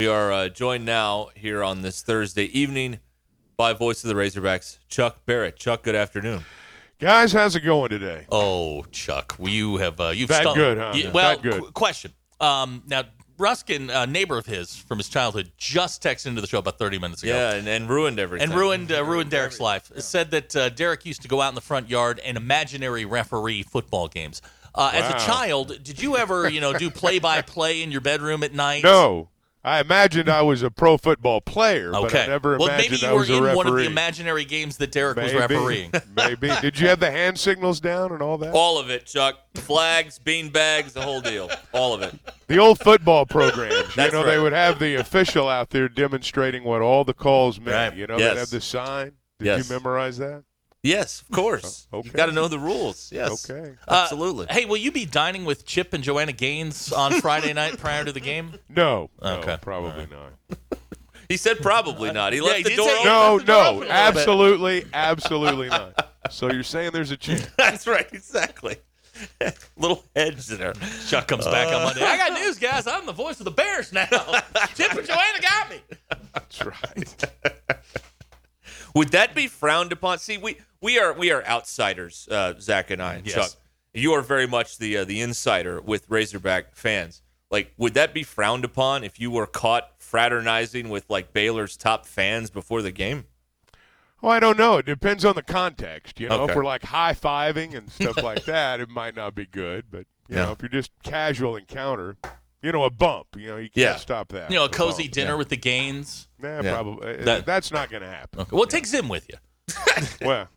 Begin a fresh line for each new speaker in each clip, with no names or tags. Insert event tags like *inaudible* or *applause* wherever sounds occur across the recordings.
We are uh, joined now here on this Thursday evening by Voice of the Razorbacks, Chuck Barrett. Chuck, good afternoon.
Guys, how's it going today?
Oh, Chuck, you have uh, you've
That
stumbled-
good, huh?
You-
Yeah.
well,
That good.
qu- question. Um, now Ruskin, a neighbor of his from his childhood, just texted into the show about 30 minutes ago.
Yeah, and, and ruined everything.
And ruined uh, ruined Derek's life. Said that uh, Derek used to go out in the front yard and imaginary referee football games. Uh, As a
Wow.
child, did you ever you know do play by play in your bedroom at night?
No, I imagined I was a pro football player, but
Okay.
I never
well,
imagined
maybe you
I was
were in
a referee.
one of the imaginary games that Derek was
Maybe.
refereeing.
*laughs*
Oh.
Maybe. Did you have the hand signals down and all that?
all of it, Chuck. Flags, bean bags, the whole deal. All of it.
The old football
*laughs*
programs. you
That's
know, they
right.
would have the official out there demonstrating what all the calls meant.
Right.
You know,
Yes.
they'd have the sign. Did
Yes.
you memorize that?
Yes, of course.
Oh, okay.
You've got to know the rules. Yes.
Okay.
Uh,
Absolutely.
hey, will you be dining with Chip and Joanna Gaines on Friday night prior to the game?
No. no,
Okay.
probably not.
He said probably not. He left
he
the
did
door
say-
open.
No,
left the
no.
door open a little bit.
Absolutely, absolutely not. So you're saying there's a chance.
*laughs*
*laughs*
That's right. Exactly. *laughs* Little hedge there. Uh,
Chuck comes back on Monday. I got news, guys. I'm the voice of the Bears now. Chip and Joanna got me.
That's right.
Would that be frowned upon? See, we we are we are outsiders, uh, Zach and I. And
Yes.
Chuck, you are very much the uh, the insider with Razorback fans. Like, would that be frowned upon if you were caught fraternizing with like Baylor's top fans before the game? *laughs*
Well, I don't know. It depends on the context. You know,
Okay.
if we're like high fiving and stuff *laughs* like that, it might not be good. But you
Yeah.
know, if you're just casual encounter, you know, a bump. You know, you can't
Yeah.
stop that.
You know, a
bump.
cozy dinner with the Gaines.
Nah,
Yeah.
probably uh,
That-
that's not going to happen.
Well, take Zim with you.
Well,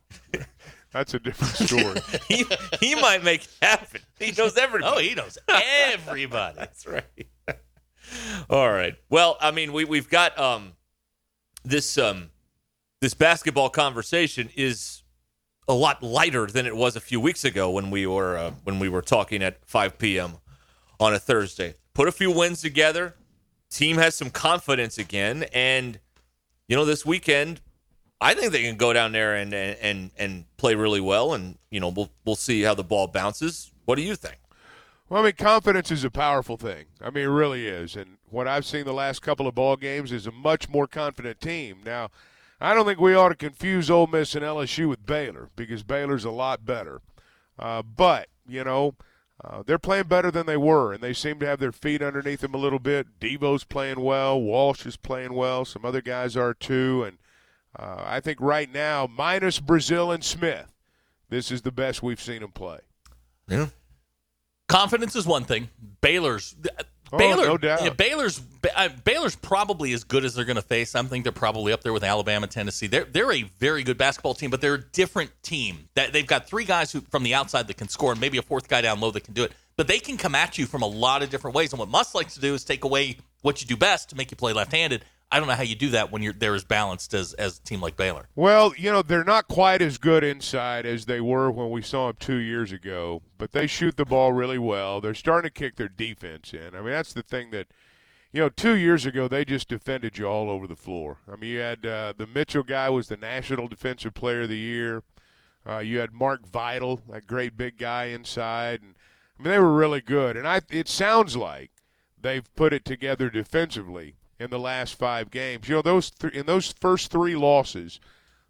*laughs* that's a
*laughs*
different story.
he, he might make it happen. He knows everybody.
Oh, he *laughs* knows everybody.
*laughs* That's right. All right. Well, I mean, we we've got um this um this basketball conversation is a lot lighter than it was a few weeks ago when we were uh, when we were talking at 5 p.m. on a Thursday. Put a few wins together. Team has some confidence again, and you know this weekend, I think they can go down there and and and, and play really well, and you know we'll we'll see how the ball bounces. What do you think?
Well, I mean, confidence is a powerful thing. I mean, it really is. And what I've seen the last couple of ball games is a much more confident team. Now, I don't think we ought to confuse Ole Miss and LSU with Baylor because Baylor's a lot better. Uh, but you know, uh, they're playing better than they were, and they seem to have their feet underneath them a little bit. Devo's playing well. Walsh is playing well. Some other guys are too. And uh, I think right now, minus Brazil and Smith, this is the best we've seen them play.
Confidence is one thing. Baylor's uh,
Oh,
Baylor,
no doubt.
yeah, Baylor's Ba- uh, Baylor's probably as good as they're going to face. I think they're probably up there with Alabama, Tennessee. They're they're a very good basketball team, but they're a different team. That they've got three guys who from the outside that can score, and maybe a fourth guy down low that can do it. But they can come at you from a lot of different ways. And what Musk likes to do is take away what you do best to make you play left-handed. I don't know how you do that when you're they're as balanced as as a team like Baylor.
Well, you know, they're not quite as good inside as they were when we saw them two years ago, but they shoot the ball really well. They're starting to kick their defense in. I mean, that's the thing that, you know, two years ago, they just defended you all over the floor. I mean, you had uh, the Mitchell guy was the National Defensive Player of the Year. Uh, you had Mark Vital, that great big guy inside. And, I mean, they were really good. And I, it sounds like they've put it together defensively in the last five games. You know, those th- in those first three losses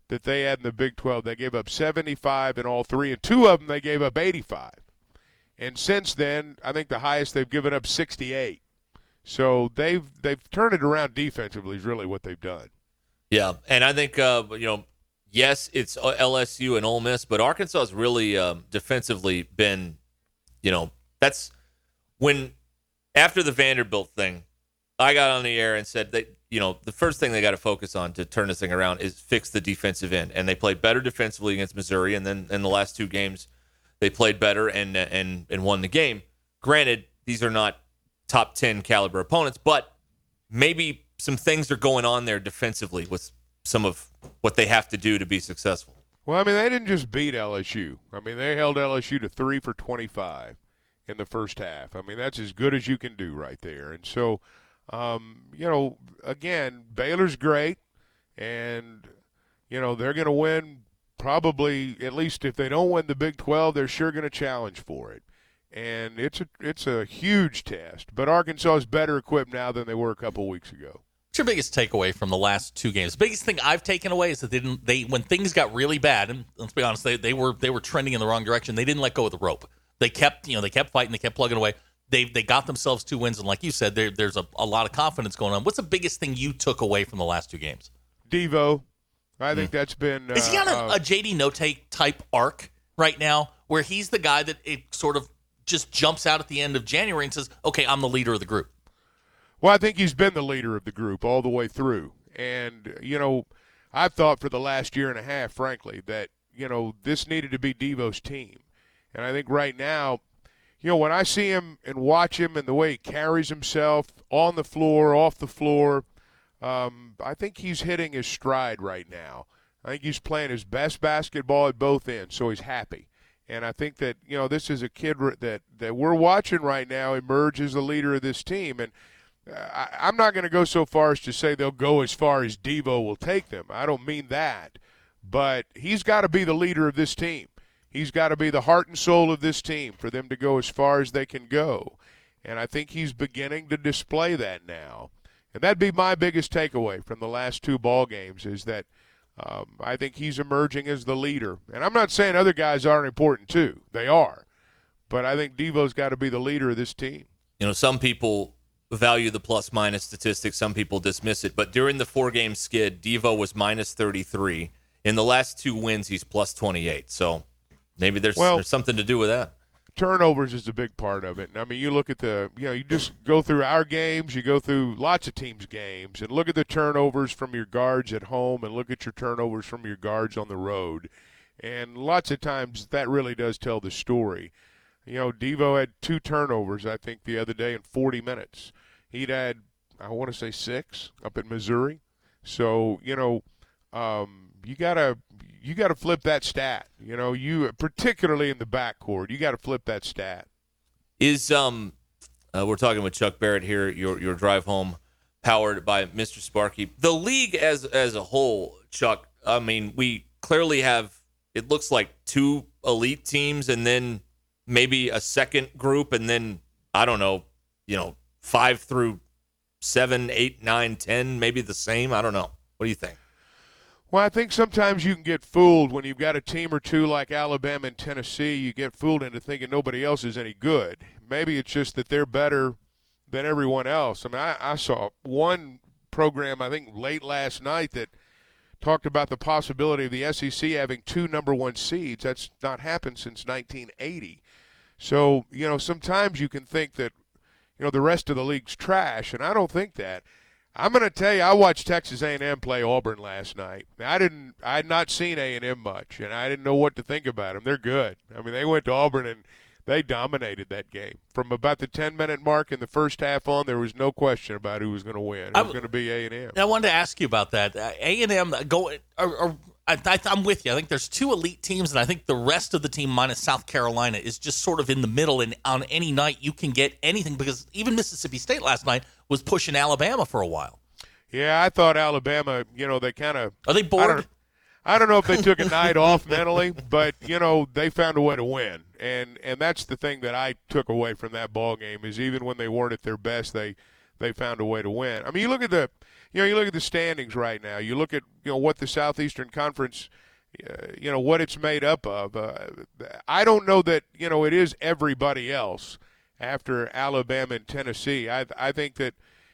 that they had in the Big 12, they gave up 75 in all three, and two of them they gave up 85. And since then, I think the highest they've given up 68. So they've they've turned it around defensively is really what they've done.
Yeah, and I think uh, you know, yes, it's uh, LSU and Ole Miss, but Arkansas has really um, defensively been, you know, that's when after the Vanderbilt thing, I got on the air and said that you know the first thing they got to focus on to turn this thing around is fix the defensive end, and they played better defensively against Missouri, and then in the last two games they played better and and and won the game. Granted, these are not top ten caliber opponents, but maybe some things are going on there defensively with some of what they have to do to be successful.
Well, I mean, they didn't just beat LSU. I mean, they held LSU to three for 25 in the first half. I mean, that's as good as you can do right there. And so, um, you know, again, Baylor's great, and, you know, they're going to win probably, at least if they don't win the Big 12, they're sure going to challenge for it. And it's a, it's a huge test. But Arkansas is better equipped now than they were a couple weeks ago.
What's your biggest takeaway from the last two games? The biggest thing I've taken away is that they didn't they when things got really bad, and let's be honest, they, they were they were trending in the wrong direction. They didn't let go of the rope. They kept, you know, they kept fighting, they kept plugging away. They they got themselves two wins, and like you said, there there's a, a lot of confidence going on. What's the biggest thing you took away from the last two games?
Devo, I think that's been.
Is he
uh,
on a,
uh,
a JD Note type arc right now where he's the guy that it sort of just jumps out at the end of January and says, Okay, I'm the leader of the group.
Well, I think he's been the leader of the group all the way through. And, you know, I've thought for the last year and a half, frankly, that, you know, this needed to be Devo's team. And I think right now, you know, when I see him and watch him and the way he carries himself on the floor, off the floor, um, I think he's hitting his stride right now. I think he's playing his best basketball at both ends, so he's happy. And I think that you know this is a kid r- that that we're watching right now emerge as the leader of this team. And uh, I, I'm not going to go so far as to say they'll go as far as Devo will take them. I don't mean that, but he's got to be the leader of this team. He's got to be the heart and soul of this team for them to go as far as they can go. And I think he's beginning to display that now. And that'd be my biggest takeaway from the last two ball games is that um, I think he's emerging as the leader. And I'm not saying other guys aren't important too; they are. But I think Devo's got to be the leader of this team.
You know, some people value the plus minus statistics, some people dismiss it. But during the four game skid, Devo was minus 33. In the last two wins, he's plus 28. So maybe there's,
Well-
there's something to do with that.
turnovers is a big part of it. And I mean, you look at the, you know, you just go through our games, you go through lots of teams' games, and look at the turnovers from your guards at home and look at your turnovers from your guards on the road. And lots of times that really does tell the story. You know, Devo had two turnovers, I think, the other day in 40 minutes. He'd had, I want to say, six up at Missouri. So you know, um, you gotta you gotta flip that stat. You know, you particularly in the backcourt, you gotta flip that stat.
Is um, uh, we're talking with Chuck Barrett here. Your your drive home, powered by Mr. Sparky. The league as as a whole, Chuck. I mean, we clearly have. It looks like two elite teams, and then maybe a second group, and then I don't know. You know, five through seven, eight, nine, ten, maybe the same. I don't know. What do you think?
Well, I think sometimes you can get fooled when you've got a team or two like Alabama and Tennessee. You get fooled into thinking nobody else is any good. Maybe it's just that they're better than everyone else. I mean, I, I saw one program I think late last night that talked about the possibility of the SEC having two number one seeds. That's not happened since 1980. So, you know, sometimes you can think that, you know, the rest of the league's trash, and I don't think that. I'm going to tell you, I watched Texas A&M play Auburn last night. I didn't, I had not seen A&M much, and I didn't know what to think about them. They're good. I mean, they went to Auburn and they dominated that game from about the 10 minute mark in the first half on. There was no question about who was going to win. It
I
was
w-
going to be A&M.
I wanted to ask you about that. Uh, A and M go. Are, are, I, I, I'm with you. I think there's two elite teams, and I think the rest of the team, minus South Carolina, is just sort of in the middle. And on any night, you can get anything because even Mississippi State last night was pushing Alabama for a while.
Yeah, I thought Alabama. You know, they kind of
Are they
I
bored?
don't, I don't know if they took a night off mentally, but you know they found a way to win, and and that's the thing that I took away from that ball game is even when they weren't at their best, they they found a way to win. I mean, you look at the you know you look at the standings right now. You look at you know what the Southeastern Conference. Uh, you know what it's made up of. Uh, I don't know that you know it is everybody else after Alabama and Tennessee. I I think that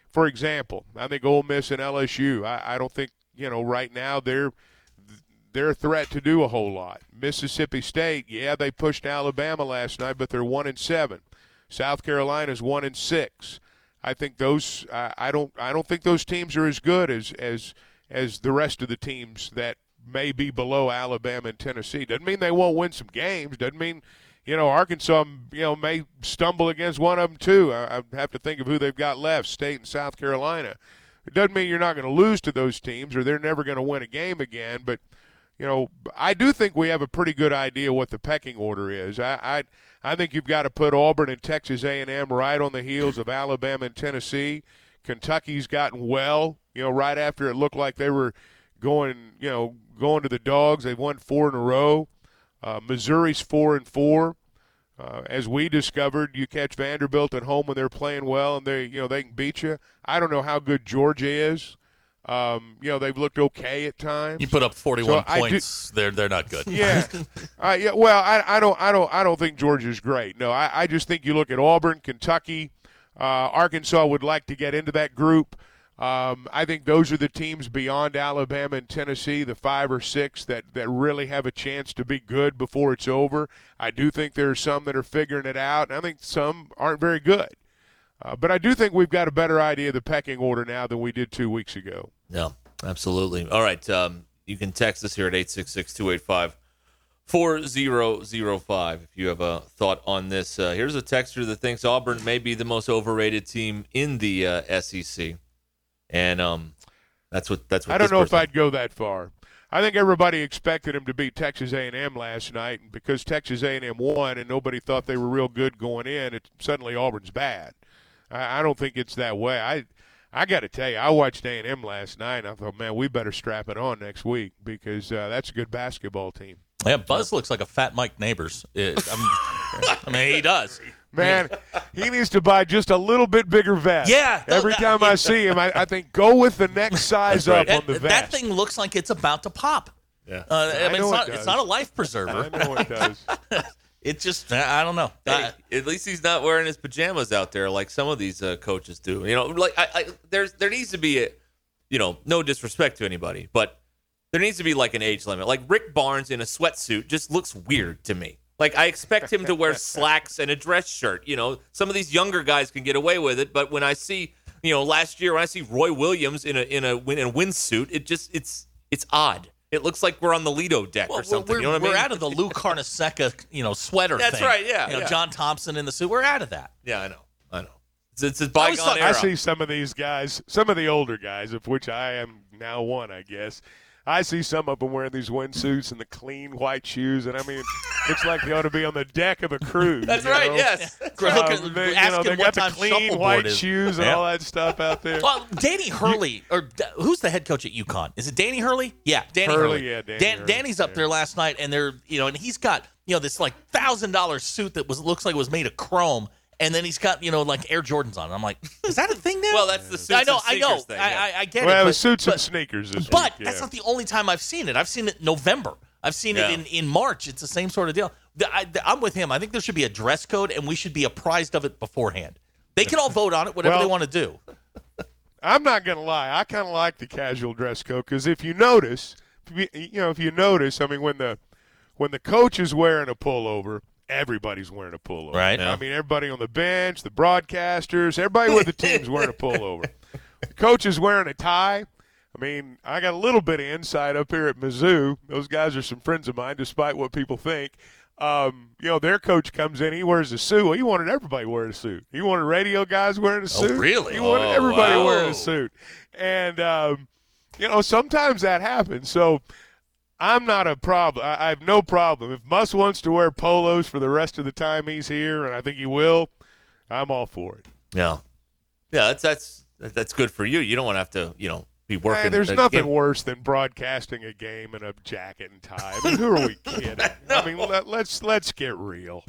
for example, I think Ole Miss and LSU. I, I don't think you know right now they're they're a threat to do a whole lot. Mississippi State, yeah, they pushed Alabama last night, but they're one and seven. South Carolina's one and six. I think those. I, I don't. I don't think those teams are as good as as as the rest of the teams that may be below Alabama and Tennessee. Doesn't mean they won't win some games. Doesn't mean you know Arkansas. You know may stumble against one of them too. I, I have to think of who they've got left: State and South Carolina. It doesn't mean you're not going to lose to those teams or they're never going to win a game again. But you know, I do think we have a pretty good idea what the pecking order is. I I, I think you've got to put Auburn and Texas A&M right on the heels of Alabama and Tennessee. Kentucky's gotten well. You know, right after it looked like they were going, you know, going to the dogs, they've won four in a row. Uh, Missouri's four and four. Uh, as we discovered, you catch Vanderbilt at home when they're playing well, and they you know they can beat you. I don't know how good Georgia is. Um, you know they've looked okay at times.
You put up 41
So I do-
points. they're they're not good.
Yeah. *laughs* Uh, yeah. Well, I, I don't, I don't, I don't think Georgia's great. No, I, I just think you look at Auburn, Kentucky, uh, Arkansas would like to get into that group. Um, I think those are the teams beyond Alabama and Tennessee, the five or six that, that really have a chance to be good before it's over. I do think there are some that are figuring it out, and I think some aren't very good. Uh, but I do think we've got a better idea of the pecking order now than we did two weeks ago.
No, absolutely. All right. Um, you can text us here at 866 285 4005 if you have a thought on this. Uh, here's a texter that thinks Auburn may be the most overrated team in the uh, SEC. And um, that's what that's what
I don't
this
know if
person-
I'd go that far. I think everybody expected him to beat Texas A&M last night, and because Texas A&M won and nobody thought they were real good going in, it suddenly Auburn's bad. I, I don't think it's that way. I I got to tell you, I watched A&M last night, and I thought, man, we better strap it on next week because uh, that's a good basketball team.
Yeah, Buzz looks like a fat Mike Neighbors. It- I'm- i mean, *laughs* he does. *laughs*
Man, he needs to buy just a little bit bigger vest.
Yeah, no,
Every
that-
time I see him, I, I think go with the
*laughs*
next size *laughs* up
That,
on the vest.
that thing looks like it's about to pop.
Yeah.
Uh, I,
I
mean,
know
it's
it
not, it's
does.
not a life
I *laughs*
preserver.
know it does.
It just, I don't know. Uh,
Hey, at least he's not wearing his pajamas out there like some of these uh, coaches do. You know, like I, I there's there needs to be a, you know, no disrespect to anybody, but there needs to be like an age limit. Like Rick Barnes in a sweatsuit just looks weird to me. Like I expect him to
*laughs*
wear slacks and a dress shirt. You know, some of these younger guys can get away with it, but when I see, you know, last year when I see Roy Williams in a in a win in a windsuit, it just it's it's odd. It looks like we're on the Lido deck
Well,
or something.
We're,
you know what I
we're
mean?
out of the Lou Carnesecca, you know, sweater
That's
thing.
right, yeah,
You know,
yeah.
John Thompson in the suit. We're out of that.
yeah, I know. I know. It's, it's a
always
bygone
thought-
era.
I see some of these guys, some of the older guys, of which I am now one, I guess. I see some of them wearing these windsuits and the clean white shoes, and I mean, it's like they ought to be on the deck of a cruise.
That's
you
right.
know?
Yes.
Um,
Look at-
they, you
ask
know,
him
they got
what
the
time
clean
shuffleboard
white
is.
shoes and
Yeah.
all that stuff out there.
Well, Danny Hurley, or D- who's the head coach at UConn? Is it Danny Hurley? Yeah, Danny
Hurley,
Hurley.
yeah, Danny Hurley,
Danny's up
yeah.
there last night, and they're you know, and he's got you know this like thousand dollar suit that was looks like it was made of chrome, and then he's got you know like Air Jordans on. I'm like, is that a thing now?
Well, that's the suits
I know,
and
I know,
sneakers thing, yeah.
I, I, I get
Well,
it. but-
suits
but,
and sneakers. This
But
week,
that's
yeah.
not the only time I've seen it. I've seen it in November. I've seen
Yeah.
it in, in March. It's the same sort of deal. The- I, am with him. I think there should be a dress code, and we should be apprised of it beforehand. They can all vote on it, whatever
Well-
they want to do.
I'm not gonna lie. I kind of like the casual dress code because if you notice, if you you know, if you notice, I mean, when the when the coach is wearing a pullover, everybody's wearing a pullover.
Right.
I
Yeah.
mean, everybody on the bench, the broadcasters, everybody with the team's wearing a pullover. The coach is wearing a tie. I mean, I got a little bit of insight up here at Mizzou. Those guys are some friends of mine, despite what people think. Um, you know, their coach comes in, he wears a suit. Well, he wanted everybody wearing a suit. He wanted radio guys wearing a suit.
really?
He wanted everybody
Oh, wow.
wearing a suit. And, um, you know, sometimes that happens. So I'm not a problem. I, I have no problem. If Muss wants to wear polos for the rest of the time he's here, and I think he will, I'm all for it.
Yeah, yeah. That's that's that's good for you. You don't want to have to, you know, be working.
Hey, Uh, there's
a
nothing
game.
worse than broadcasting a game in a jacket and tie. I mean, who are we kidding?
*laughs*
I mean, let, let's let's get real.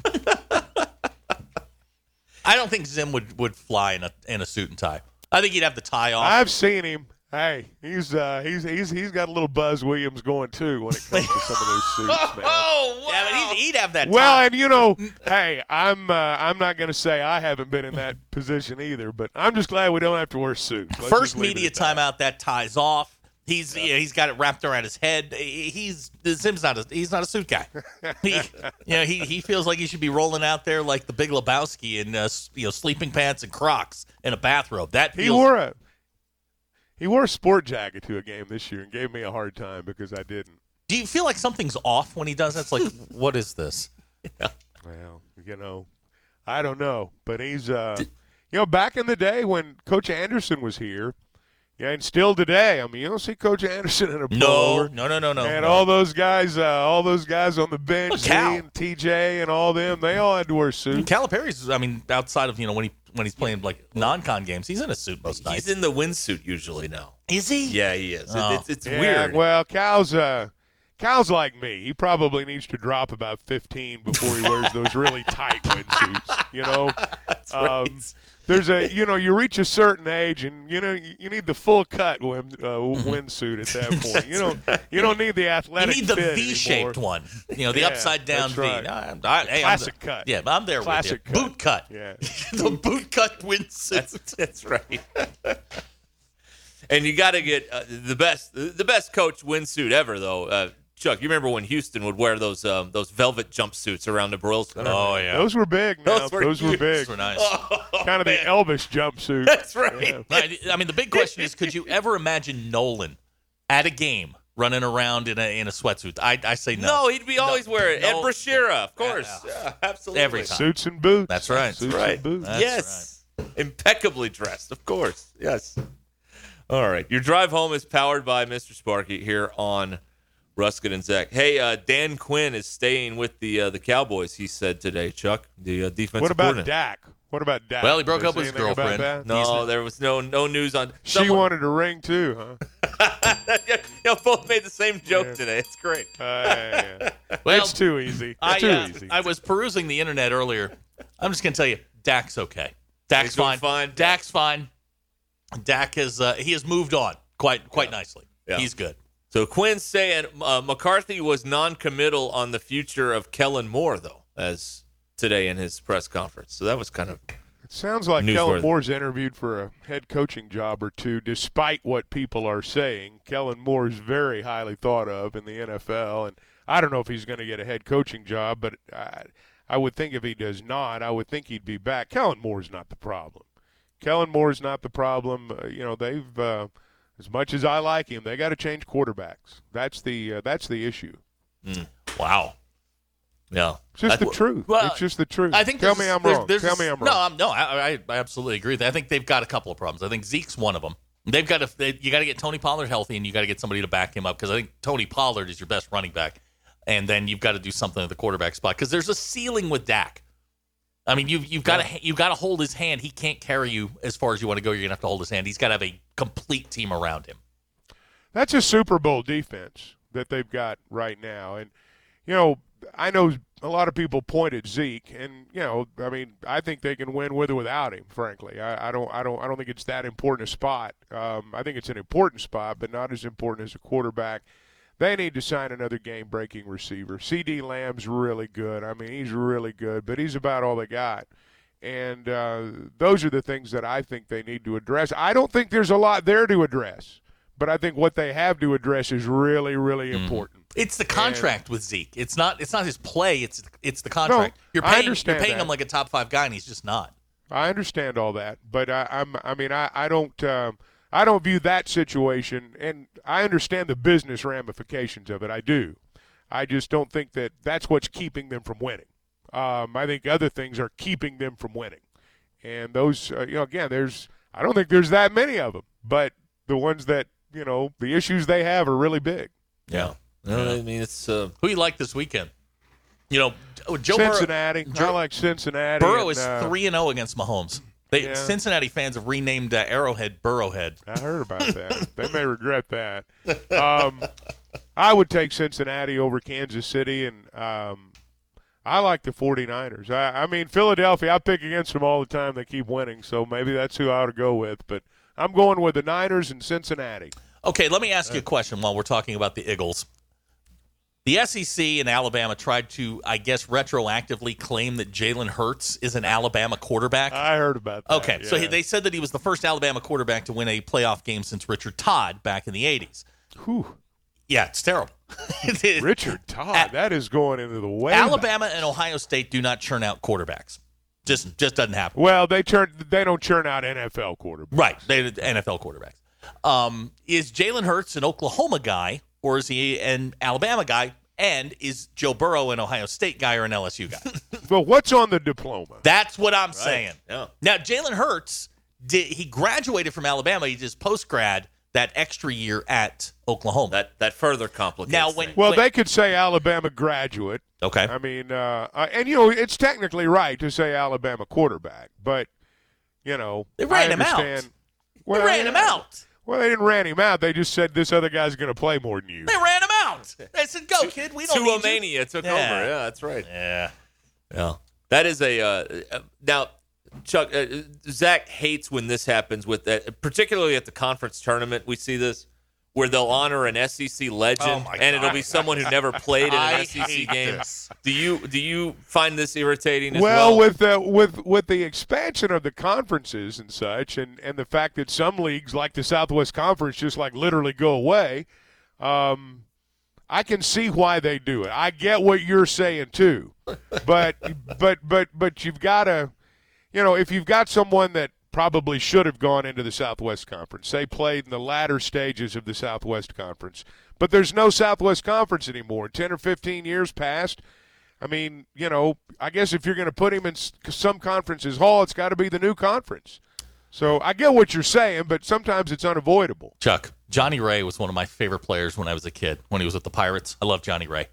I don't think Zim would, would fly in a in a suit and tie. I think he'd have the tie off.
I've seen him. Hey, he's uh, he's he's he's got a little Buzz Williams going too when it comes to some of those suits,
*laughs*
man.
Oh,
yeah, but he'd, he'd have that.
Well,
tie.
and you know, hey, I'm uh, I'm not going to say I haven't been in that position either, but I'm just glad we don't have to wear suits. Let's
first
just leave it
media
at that.
timeout that ties off. He's yeah, he's got it wrapped around his head. He's Zim's not a he's not a
*laughs*
suit guy. He, you know he, he feels like he should be rolling out there like the Big Lebowski in uh, s- you know sleeping pants and Crocs and a bathrobe. That
He
feels-
wore a he wore a sport jacket to a game this year and gave me a hard time because I didn't.
Do you feel like something's off when he does that? It's like *laughs* what is this?
Well, you know, I don't know, but he's uh, you know, back in the day when Coach Anderson was here, Yeah, and still today, I mean, you don't see Coach Anderson in a
No,
pullover.
no, no, no, no.
And
no.
all those guys, uh, all those guys on the bench,
Look, Cal.
Z and TJ, and all them, they all had to wear suits.
Calipari's. I mean, outside of you know when he when he's playing like non-con games, he's in a suit most nights.
He's in the windsuit usually now.
Is he?
Yeah, he is. It-
Oh.
it's it's
Yeah,
weird.
Well, Cal's uh, Cal's like me. He probably needs to drop about fifteen before he wears those
*laughs*
really tight windsuits. You know, um, there's a you know you reach a certain age and you know you, you need the full cut wind, uh, windsuit at
*laughs*
that point. You don't you don't need the
Mm-hmm. You
athletic.
need the
fit anymore.
V-shaped one, you know,
*laughs*
the
Yeah,
upside down
that's right.
V. No, I'm- I- hey, I'm the-
Classic cut.
Yeah, I'm there
Classic
with you.
cut.
Boot cut. *laughs*
Yeah.
the boot cut windsuit.
*laughs* That's, that's right. and you got to get uh, the best the best coach windsuit ever though. Uh, Chuck, you remember when Houston would wear those um, those velvet jumpsuits around the Broyles Center?
oh yeah,
Those were big. Now.
*laughs* Those were
big.
huge.
Those were nice.
kind of the Elvis jumpsuit.
*laughs*
*laughs*
that's right.
Right. I mean, the big question is, could you ever imagine Nolan at a game running around in a in a sweatsuit? I I say no.
No, he'd be always wearing Ed
No.
Brashira, of course.
Yeah.
Yeah, absolutely.
Every time.
Suits and boots.
That's right.
Suits
Right.
and boots.
That's
yes. Impeccably dressed, of course. Yes. All right. Your drive home is powered by Mr. Sparky here on Ruskin and Zach. Hey, uh, Dan Quinn is staying with the uh, the Cowboys. He said today, Chuck, the uh, defensive
What about
coordinator.
Dak? What about Dak?
Well, he broke
Does
up with his
anything about
girlfriend.
that?
No, there was no no news on.
She
*laughs*
wanted a ring too, huh?
*laughs*
you both made the same joke today. It's great.
Uh, yeah, yeah, yeah.
Well,
it's too easy. It's
I,
too
uh,
easy.
I was perusing the internet earlier. I'm just gonna tell you, Dak's okay. Dak's
He's doing
fine.
fine.
Dak's fine. Dak has uh, he has moved on quite quite nicely.
Yeah.
He's good.
So Quinn's saying uh, McCarthy was non-committal on the future of Kellen Moore, though, as today in his press conference. So that was kind of
it sounds like
Newsworthy.
Kellen Moore's interviewed for a head coaching job or two, despite what people are saying. Kellen Moore is very highly thought of in the NFL, and I don't know if he's going to get a head coaching job, but I, I would think if he does not, I would think he'd be back. Kellen Moore's not the problem. Kellen Moore's not the problem. Uh, you know, they've uh, as much as I like him, they got to change quarterbacks. That's the uh, that's the issue.
Wow.
yeah.
It's just
I-
the truth.
well,
it's just the truth.
I think
Tell
there's-
me I'm
there's-
wrong.
there's-
Tell me I'm
No,
wrong.
I'm, no, I, I, I absolutely agree. with that. I think they've got a couple of problems. I think Zeke's one of them. They've got to they, you got to get Tony Pollard healthy, and you got to get somebody to back him up because I think Tony Pollard is your best running back, and then you've got to do something at the quarterback spot because there's a ceiling with Dak. I mean, you've you've got to you've got to hold his hand. He can't carry you as far as you want to go. You're gonna have to hold his hand. He's got to have a complete team around him.
That's a Super Bowl defense that they've got right now. And, you know, I know a lot of people point at Zeke and, you know, I mean, I think they can win with or without him, frankly. I, I don't I don't I don't think it's that important a spot. Um, I think it's an important spot, but not as important as a quarterback. They need to sign another game breaking receiver. C D Lamb's really good. I mean, he's really good, but he's about all they got. And uh, those are the things that I think they need to address. I don't think there's a lot there to address, but I think what they have to address is really, really important.
It's the contract with Zeke. It's not it's not his play. It's it's the contract. you're
I
paying
understand
you're paying
that.
him like a top five guy, and he's just not.
I understand all that, but I, I'm I mean I I don't um, I don't view that situation, and I understand the business ramifications of it. I do. I just don't think that that's what's keeping them from winning. Um, I think other things are keeping them from winning, and those uh, you know again there's I don't think there's that many of them, but the ones that you know the issues they have are really big.
Yeah. No, I mean, it's uh,
Who you like this weekend? You know, Joe Burrow,
Cincinnati, I like Cincinnati.
Burrow
and,
is
uh,
three and zero against Mahomes. They,
Yeah.
Cincinnati fans have renamed uh, Arrowhead Burrowhead.
I heard about that. they may regret that. Um, I would take Cincinnati over Kansas City, and um, I like the 49ers. I, I mean, Philadelphia, I pick against them all the time. They keep winning, so maybe that's who I ought to go with. But I'm going with the Niners and Cincinnati.
Okay, let me
Uh.
ask you a question while we're talking about the Eagles. The SEC and Alabama tried to, I guess, retroactively claim that Jalen Hurts is an Alabama quarterback.
I heard about that.
Okay, so
yeah.
he, they said that he was the first Alabama quarterback to win a playoff game since Richard Todd back in the '80s.
Whew.
Yeah, it's terrible. *laughs* It is-
Richard Todd, that is going into the way. back.
Alabama and Ohio State do not churn out quarterbacks. Just just doesn't happen.
Well, they turn. They don't churn out NFL quarterbacks.
Right. They the NFL quarterbacks. Um, is Jalen Hurts an Oklahoma guy or is he an Alabama guy? And is Joe Burrow an Ohio State guy or an LSU *laughs* guy?
Well, what's on the diploma?
That's what I'm saying.
yeah.
Now Jalen Hurts did he graduated from Alabama? He did his post grad that extra year at Oklahoma.
That that further complicates.
Now, when-
things.
Well,
Wait.
they could say Alabama graduate.
okay.
I mean, uh, uh, and you know, it's technically right to say Alabama quarterback, but you know,
They ran
I
him out.
understand-
they
Well,
ran him out.
Well, they didn't ran him out. They just said this other guy's going to play more than you.
They ran him *laughs* out. They said, "Go, kid. We don't
Tua
need you."
mania took
Yeah.
over. Yeah, that's right.
Yeah.
Yeah, that is a uh, uh, now. Chuck uh, Zach hates when this happens with that, particularly at the conference tournament. We see this where they'll honor an SEC legend,
Oh, my
and it'll
God.
be someone who never played in
*laughs* I
an SEC
hate
game.
this.
Do you do you find this irritating? As well,
Well, with the with with the expansion of the conferences and such, and and the fact that some leagues like the Southwest Conference just like literally go away, um, I can see why they do it. I get what you're saying too, but *laughs* but but but you've got to, you know, if you've got someone that probably should have gone into the Southwest Conference, they played in the latter stages of the Southwest Conference, but there's no Southwest Conference anymore. Ten or fifteen years passed. I mean, you know, I guess if you're going to put him in s- some conference's hall, it's got to be the new conference. So I get what you're saying, but sometimes it's unavoidable.
Chuck, Johnny Ray was one of my favorite players when I was a kid, when he was with the Pirates. I love Johnny Ray.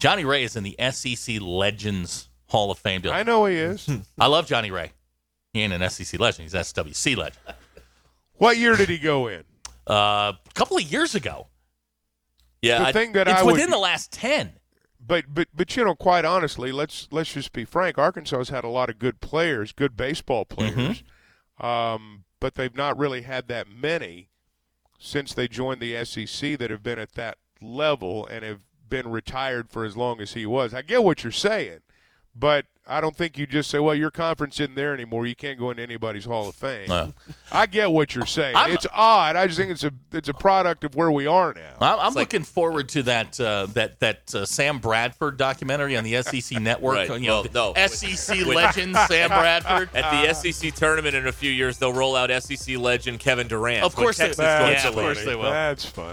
Johnny Ray is in the SEC Legends Hall of Fame.
I know he is.
I love Johnny Ray. He ain't an SEC legend. He's an SWC legend.
what year did he go in?
Uh, a couple of years ago.
yeah,
The
I-
thing that
it's
I would,
within the last 10.
but but but you know, quite honestly, let's let's just be frank. Arkansas has had a lot of good players, good baseball
Mm-hmm.
players, um, but they've not really had that many since they joined the SEC that have been at that level and have been retired for as long as he was. I get what you're saying, but I don't think you just say, "Well, your conference isn't there anymore. You can't go into anybody's Hall of Fame."
No.
I get what you're saying.
I'm-
it's odd. I just think it's a it's a product of where we are now.
I'm, I'm
It's like-
looking forward to that uh, that that uh, Sam Bradford documentary on the SEC *laughs* network.
Right.
You know,
Well, no.
the SEC *laughs* legend Sam Bradford.
at the SEC tournament in a few years, they'll roll out SEC legend Kevin Durant.
Of
when
course they-
Texas
yeah,
joins the
of course
league.
they will.
That's fun.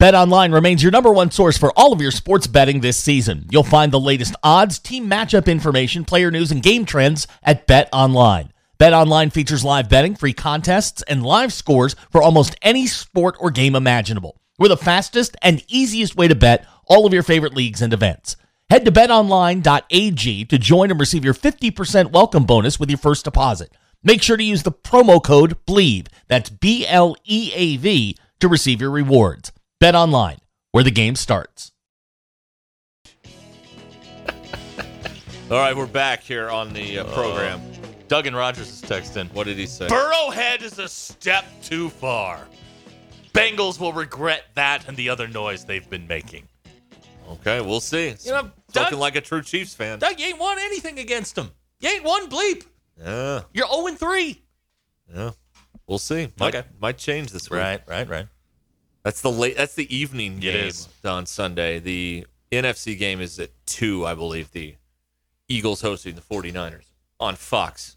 BetOnline remains your number one source for all of your sports betting this season. You'll find the latest odds, team matchup information, player news, and game trends at BetOnline. BetOnline features live betting, free contests, and live scores for almost any sport or game imaginable. We're the fastest and easiest way to bet all of your favorite leagues and events. Head to betonline.ag to join and receive your 50% welcome bonus with your first deposit. Make sure to use the promo code BLEAV, that's B L E A V, to receive your rewards. Bet online, where the game starts.
All right, we're back here on the uh, program.
Doug and Rogers is texting.
What did he say?
Burrowhead is a step too far. Bengals will regret that and the other noise they've been making.
Okay, we'll see.
You know,
Talking
Doug-
like a true Chiefs fan.
Doug, you ain't won anything against them. You ain't won bleep.
Yeah,
You're 0 3.
yeah. We'll see. Might,
Okay.
might change this week.
Right, right, right.
That's the late. That's the evening
It
game
is.
on Sunday. The NFC game is at two, I believe. The Eagles hosting the 49ers on Fox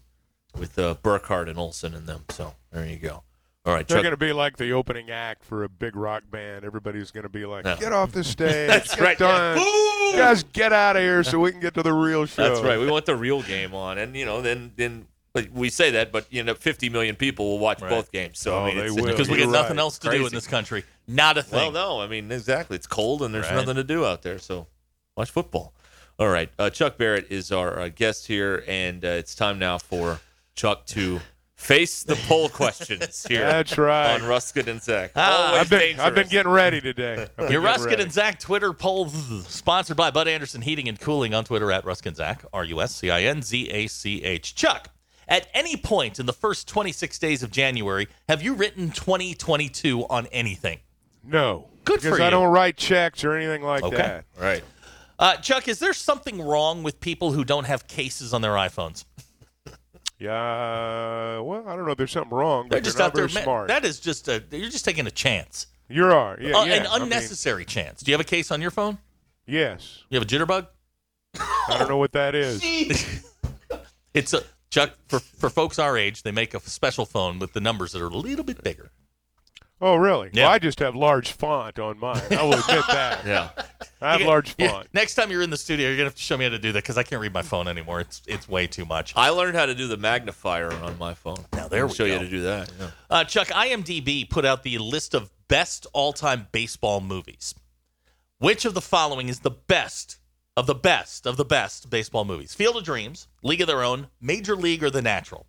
with uh, Burkhardt and Olson and them. So there you go. All right,
They're
Chuck.
going to be like the opening act for a big rock band. Everybody's going to be like,
Yeah.
"Get off
*laughs*
the stage!
That's
get
right.
done.
Boo!
You guys, get out of here so we can get to the real show."
That's right. We want the real game on, and you know, then then like, we say that, but you know, 50 million people will watch both games. So
Oh,
I mean,
they
it's,
will.
Because we
You're
got nothing
right.
else to do in
Crazy.
this country. Not a
Well,
thing.
no, I mean exactly. It's cold and there's
Right.
nothing to do out there, so watch football. All right, uh, Chuck Barrett is our uh, guest here, and uh, it's time now for Chuck to face the
*laughs*
poll questions here
That's right. Ah,
on Ruskin and Zach. Always
I've been, I've been
dangerous.
getting ready
*laughs*
today. I've been
Your
getting
Ruskin
ready.
and Zach Twitter poll sponsored by Bud Anderson Heating and Cooling on Twitter at Ruskin Zach, R U S C I N Z A C H. Chuck, at any point in the first 26 days of January, have you written 2022 on anything?
No,
Good for
because I
you.
don't write checks or anything like
Okay.
that.
right.
Uh, Chuck, is there something wrong with people who don't have cases on their iPhones?
Yeah, uh, well, I don't know if there's something wrong,
They're
but
just
not
out there.
very
ma-
smart.
That is just a. You're just taking a chance,
you are. Yeah,
Uh,
yeah.
an
I mean,
unnecessary chance. Do you have a case on your phone?
yes.
You have a jitterbug?
I don't know what
*laughs*
that is.
It's a Chuck for for folks our age. They make a special phone with the numbers that are a little bit bigger.
Oh, really?
Yeah.
Well, I just have large font on mine. I will admit
*laughs*
that.
Yeah.
I have
You-
large
you-
font.
Next time you're in the studio, you're gonna have to show me how to do that because I can't read my phone anymore. It's it's way too much.
I learned how to do the magnifier on my phone. Now
there we
show you
go.
how to do that. Yeah.
Uh, Chuck, IMDb put out the list of best all-time baseball movies. Which of the following is the best of the best of the best baseball movies? Field of Dreams, League of Their Own, Major League, or The Natural?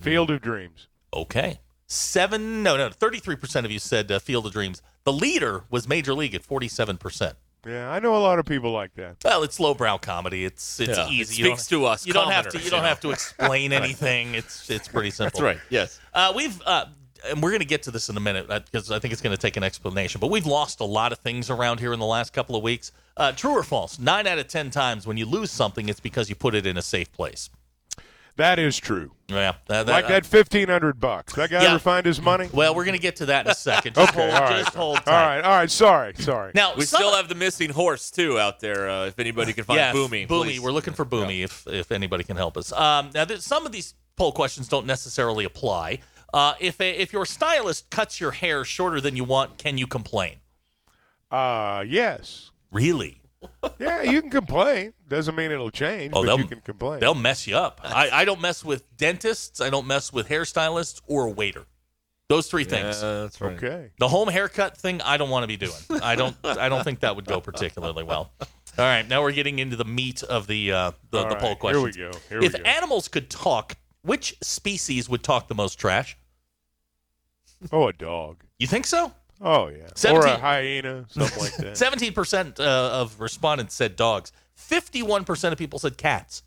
Field of Dreams.
Okay. Seven, no, no, 33% of you said uh, Field of Dreams. The leader was Major League at 47%.
Yeah, I know a lot of people like that.
Well, it's lowbrow comedy. It's it's
Yeah.
easy.
It
You don't-
speaks to us
You don't have to.
commoners,
You don't
you
have to
*laughs*
explain anything. It's it's pretty simple.
That's right. Yes.
Uh, we've uh, and we're going to get to this in a minute because I think it's going to take an explanation. But we've lost a lot of things around here in the last couple of weeks. Uh, true or false? Nine out of ten times when you lose something, it's because you put it in a safe place.
That is true.
Yeah. that- that-
Like that fifteen hundred bucks. That guy
Yeah.
ever find his money?
Well, we're going to get to that in
*laughs*
a second. Just
Okay,
hold,
all right.
just hold tight.
All right, all right. Sorry, sorry.
Now
We
some-
still have the missing horse too out there. Uh, if anybody can find
Yes,
Boomy,
Boomy.
please.
We're looking for Boomy if if anybody can help us. Um, now, there's, some of these poll questions don't necessarily apply. Uh, if a, if your stylist cuts your hair shorter than you want, can you complain?
Uh yes.
Really?
Yeah, you can complain. Doesn't mean it'll change,
Oh,
but
they'll-
you can complain.
They'll mess you up. I, I don't mess with dentists. I don't mess with hairstylists or a waiter. Those three things.
Yeah, that's right.
Okay.
The home haircut thing, I don't want to be doing. I don't. I don't think that would go particularly well. All right, now we're getting into the meat of the uh, the,
All
the poll
right,
question.
Here we go. Here
if
we go.
animals could talk, which species would talk the most trash?
oh, a dog.
You think so?
Oh yeah. Or a
Seventeen-
hyena, something like that.
Seventeen percent uh, of respondents said dogs. Fifty-one percent of people said cats.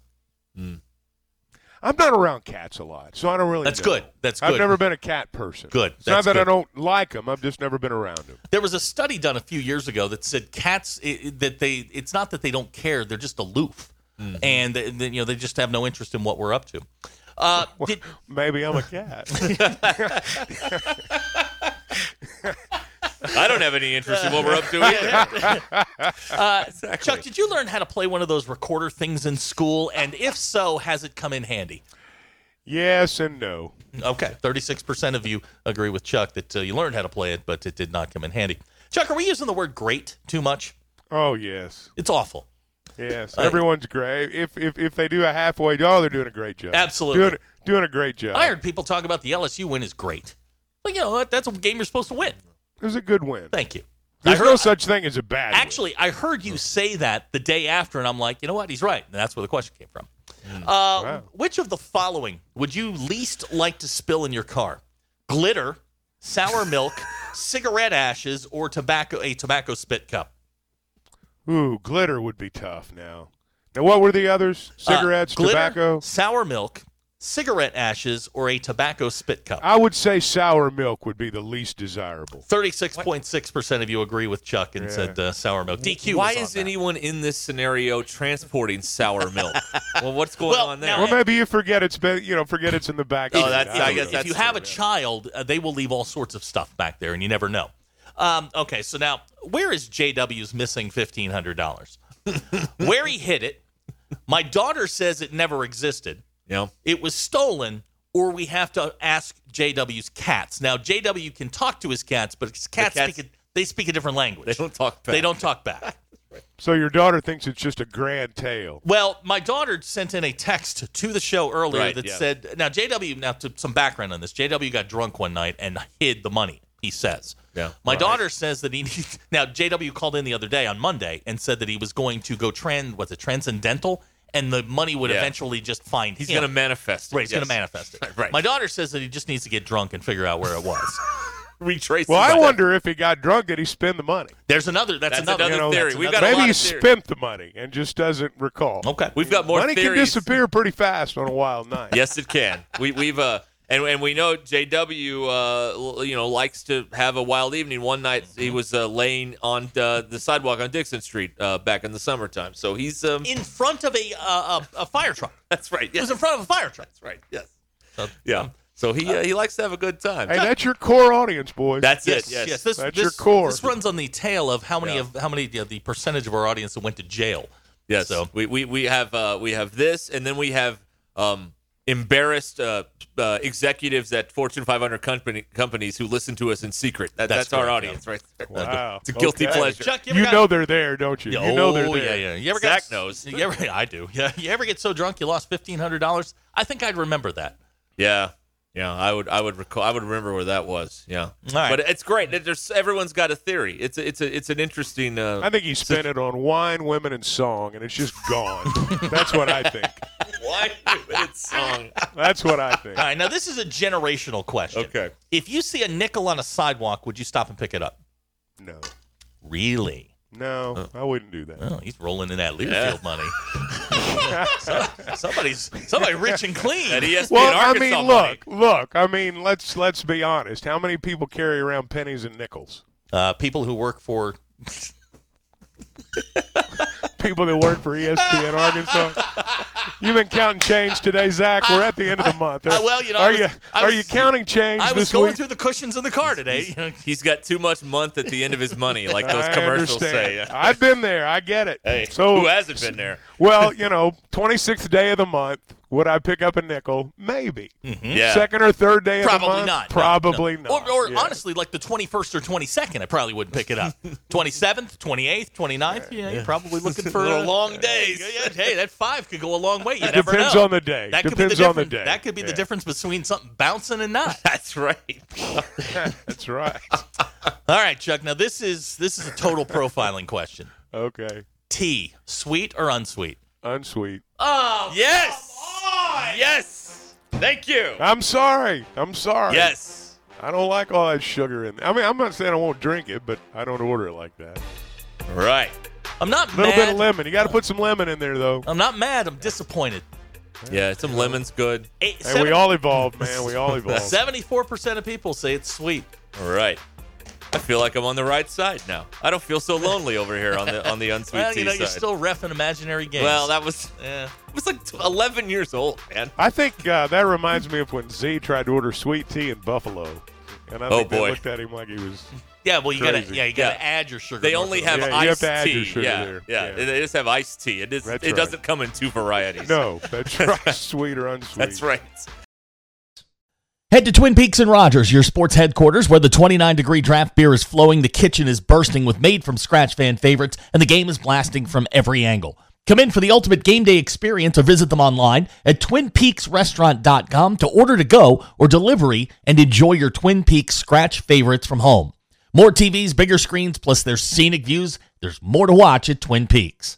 I'm not around cats a lot, so I don't really.
That's
know.
good. That's
I've
good.
never been a cat person.
Good.
It's not
That's
that I
good.
don't like them. I've just never been around them.
There was a study done a few years ago that said cats i i- that they it's not that they don't care, they're just aloof,
Mm-hmm.
and th- th- you know they just have no interest in what we're up to. Uh, did,
Maybe
*laughs*
I'm a cat.
I don't have any interest in what we're up to either.
Chuck, did you learn how to play one of those recorder things in school? And if so, has it come in handy?
yes and no.
Okay, thirty-six percent of you agree with Chuck that uh, you learned how to play it, but it did not come in handy. Chuck, are we using the word "great" too much?
Oh yes,
It's awful.
yes. Everyone's great. If if if they do a halfway job, they're doing a great job.
Absolutely.
Doing, doing a great job.
I heard people talk about the LSU win is great. But you know what? That's a game you're supposed to win.
It was a good win.
Thank you. I
There's
heard,
no such thing as a bad. win.
actually, I heard you say that the day after, and I'm like, you know what? He's right. And that's where the question came from.
Hmm.
Uh, Which of the following would you least like to spill in your car? Glitter,
*laughs*
sour milk, cigarette ashes, or tobacco a tobacco spit cup?
Ooh, glitter would be tough now. Now, what were the others?
Uh,
Cigarettes,
glitter,
tobacco.
sour milk, cigarette ashes, or a tobacco spit cup.
Ah.
I would say sour milk would be the least desirable.
Thirty-six point six percent of you agree with Chuck and said uh, sour milk. DQ.
Why
was on
is
that.
anyone in this scenario transporting sour milk? well, what's going
Well,
on there?
now-
Well, maybe you forget it's been, you know, forget it's in the back.
Oh,
seat.
that's-
don't
I guess
know.
that's-
if you have a
true, yeah.
child, uh, they will leave all sorts of stuff back there, and you never know. Um, okay, so now where is JW's missing fifteen hundred dollars? *laughs* where he hid it? My daughter says it never existed.
yeah.
It was stolen, or we have to ask JW's cats. Now JW can talk to his cats, but his cats,
cats-
speak a, they speak a different language.
They don't talk back.
They don't talk back.
So your daughter thinks it's just a grand tale.
Well, my daughter sent in a text to the show earlier
Right,
that
yeah.
said, now JW, now to some background on this, JW got drunk one night and hid the money, he says.
Yeah.
My daughter says that he *laughs* needs, now JW called in the other day on Monday and said that he was going to go trend, what's it, transcendental, and the money would
Yeah.
eventually just find
He's
him.
going to manifest. it,
Right, he's
yes.
going to manifest it.
*laughs* Right.
My daughter says that he just needs to get drunk and figure out where it was.
*laughs* Retrace.
Well,
his
I
steps.
wonder if he got drunk, did he spend the money?
There's another, that's,
That's
another,
another
that's
theory. We've got
another-
lot
Maybe he
of theories.
spent the money and just doesn't recall.
Okay.
We've got more
Money
theories.
can disappear pretty fast on a wild night.
Yes, it can. We, we've uh, And, and we know JW, uh, l- you know, likes to have a wild evening. One night
Mm-hmm.
he was uh, laying on uh, the sidewalk on Dixon Street uh, back in the summertime. So he's um,
in front of a uh, a, a fire truck.
that's right.
It
Yes,
was in front of a fire truck.
that's right. Yes.
So-
yeah. So he uh, he likes to have a good time.
Hey, that's your core audience, boys.
that's
Yes,
it.
yes.
Yes.
This,
That's
this,
your core.
This runs on the tail of how many
Yeah.
of how many yeah, the percentage of our audience that went to jail.
Yes.
So-
we, we we have uh, we have this, and then we have um, embarrassed uh, uh, executives at Fortune 500 company, companies who listen to us in secret. That,
That's
that's our
correct,
audience, right? there.
Wow.
*laughs* It's a guilty
Okay.
pleasure.
Chuck, you ever
You
got-
know they're there, don't you? You know they're
oh, yeah,
there.
yeah. You ever
Zach
got,
knows.
You ever, I do. Yeah. You ever get so drunk you lost fifteen hundred dollars? I think I'd remember that.
Yeah. Yeah, I would, I would recall, I would remember where that was. Yeah,
right.
but it's great. that There's everyone's got a theory. It's a, it's a, it's an interesting. Uh,
I think he spent it on wine, women, and song, and it's just gone. That's what I think.
why *laughs* it's um, song.
That's what I
*laughs*
think.
All right. Now this is a generational question.
Okay.
If you see a nickel on a sidewalk, would you stop and pick it up?
No,
Really?
no, I wouldn't do that.
Oh, he's rolling in that Learfield money. *laughs* So- somebody's somebody rich and clean.
That ESPN
Well, I
Arkansas
mean,
money.
look, look. I mean, let's let's be honest. How many people carry around pennies and nickels?
Uh, people who work for
People that work for E
*laughs*
ESPN Arkansas. You've been counting change today, Zach. We're at the end of the month.
I- Uh, well, you know, I
are
was-
you
I
are
was-
you counting change
I was
this
going
week?
through the cushions in the car today. You know,
He's got too much month at the end of his money, like
*laughs*
those
I
commercials
understand.
say. Yeah.
*laughs* I've been there. I get it.
Hey,
so
who hasn't been there?
well, you know, 26th day of the month. Would I pick up a nickel? Maybe.
Yeah.
Second or third day
Mm-hmm. Probably
of the month?
not. No,
Probably
no.
not.
Or, or
Yeah.
honestly, like the 21st or 22nd, I probably wouldn't pick *laughs* it up. 27th, 28th, 29th, yeah, you're *laughs* probably looking for a long day. Yeah, hey, that five could go a long way. You never
Depends
know.
on the day.
That could
Depends
be the
on the
difference-
day.
That could be the
Yeah.
difference between something bouncing
*laughs*
and not.
That's right.
That's right.
All right, Chuck. Now this is this is a total profiling question.
okay.
Tea, sweet or unsweet?
Unsweet.
Yes. Yes. Thank you.
I'm sorry. I'm sorry.
Yes.
I don't like all that sugar in there. I mean, I'm not saying I won't drink it, but I don't order it like that.
Right.
I'm not
A little
mad.
bit of lemon. You got to put some lemon in there,
Oh,
though.
I'm not mad. I'm disappointed.
Yeah, some lemons good.
Eight,
Hey, we all evolved, man. We
*laughs*
all evolved.
Seventy-four percent of people say it's sweet.
All right. I feel like I'm on the right side now. I don't feel so lonely over here on the
*laughs*
on the unsweet
well,
tea
you know,
side.
you're still refing imaginary games.
well, that was
yeah.
I was like uh, t- 11 years old, man.
I think uh, that reminds me of when Z tried to order sweet tea in Buffalo, and I
Oh,
think
boy.
they looked at him like he was.
Yeah, well, you gotta
Crazy.
yeah, you gotta
Yeah.
add your sugar.
They
north
only
of the-
have
Yeah, you have
iced
to add your
tea.
sugar
yeah,
there.
yeah,
Yeah.
They just have iced tea. It, is, it
That's right.
doesn't come in two varieties.
No, that's
*laughs*
right. sweet or unsweet.
That's right.
Head to Twin Peaks and Rogers, your sports headquarters, where the 29 degree draft beer is flowing, the kitchen is bursting with made from scratch fan favorites, and the game is blasting from every angle. Come in for the ultimate game day experience or visit them online at twinpeaksrestaurant.com to order to go or delivery and enjoy your Twin Peaks scratch favorites from home. More TVs, bigger screens, plus their scenic views. There's more to watch at Twin Peaks.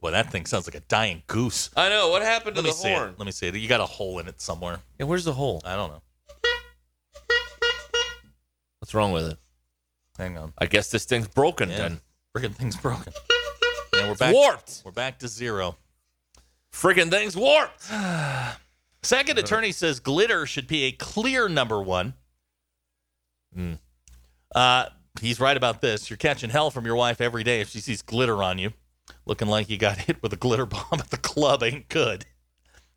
Well, that thing sounds like a dying goose.
I know. What happened to
Let me
the
see
horn?
it. Let me see it. You got a hole in it somewhere.
Yeah, where's the hole?
I don't know.
What's wrong with it?
Hang on.
I guess this thing's broken
Yeah.
then. *laughs*
Friggin' thing's broken. Yeah, we're back.
warped.
We're back to zero.
Freaking things warped.
Second attorney says glitter should be a clear number one. Uh, he's right about this. You're catching hell from your wife every day if she sees glitter on you, looking like you got *laughs* hit with a glitter bomb at the club. Ain't good.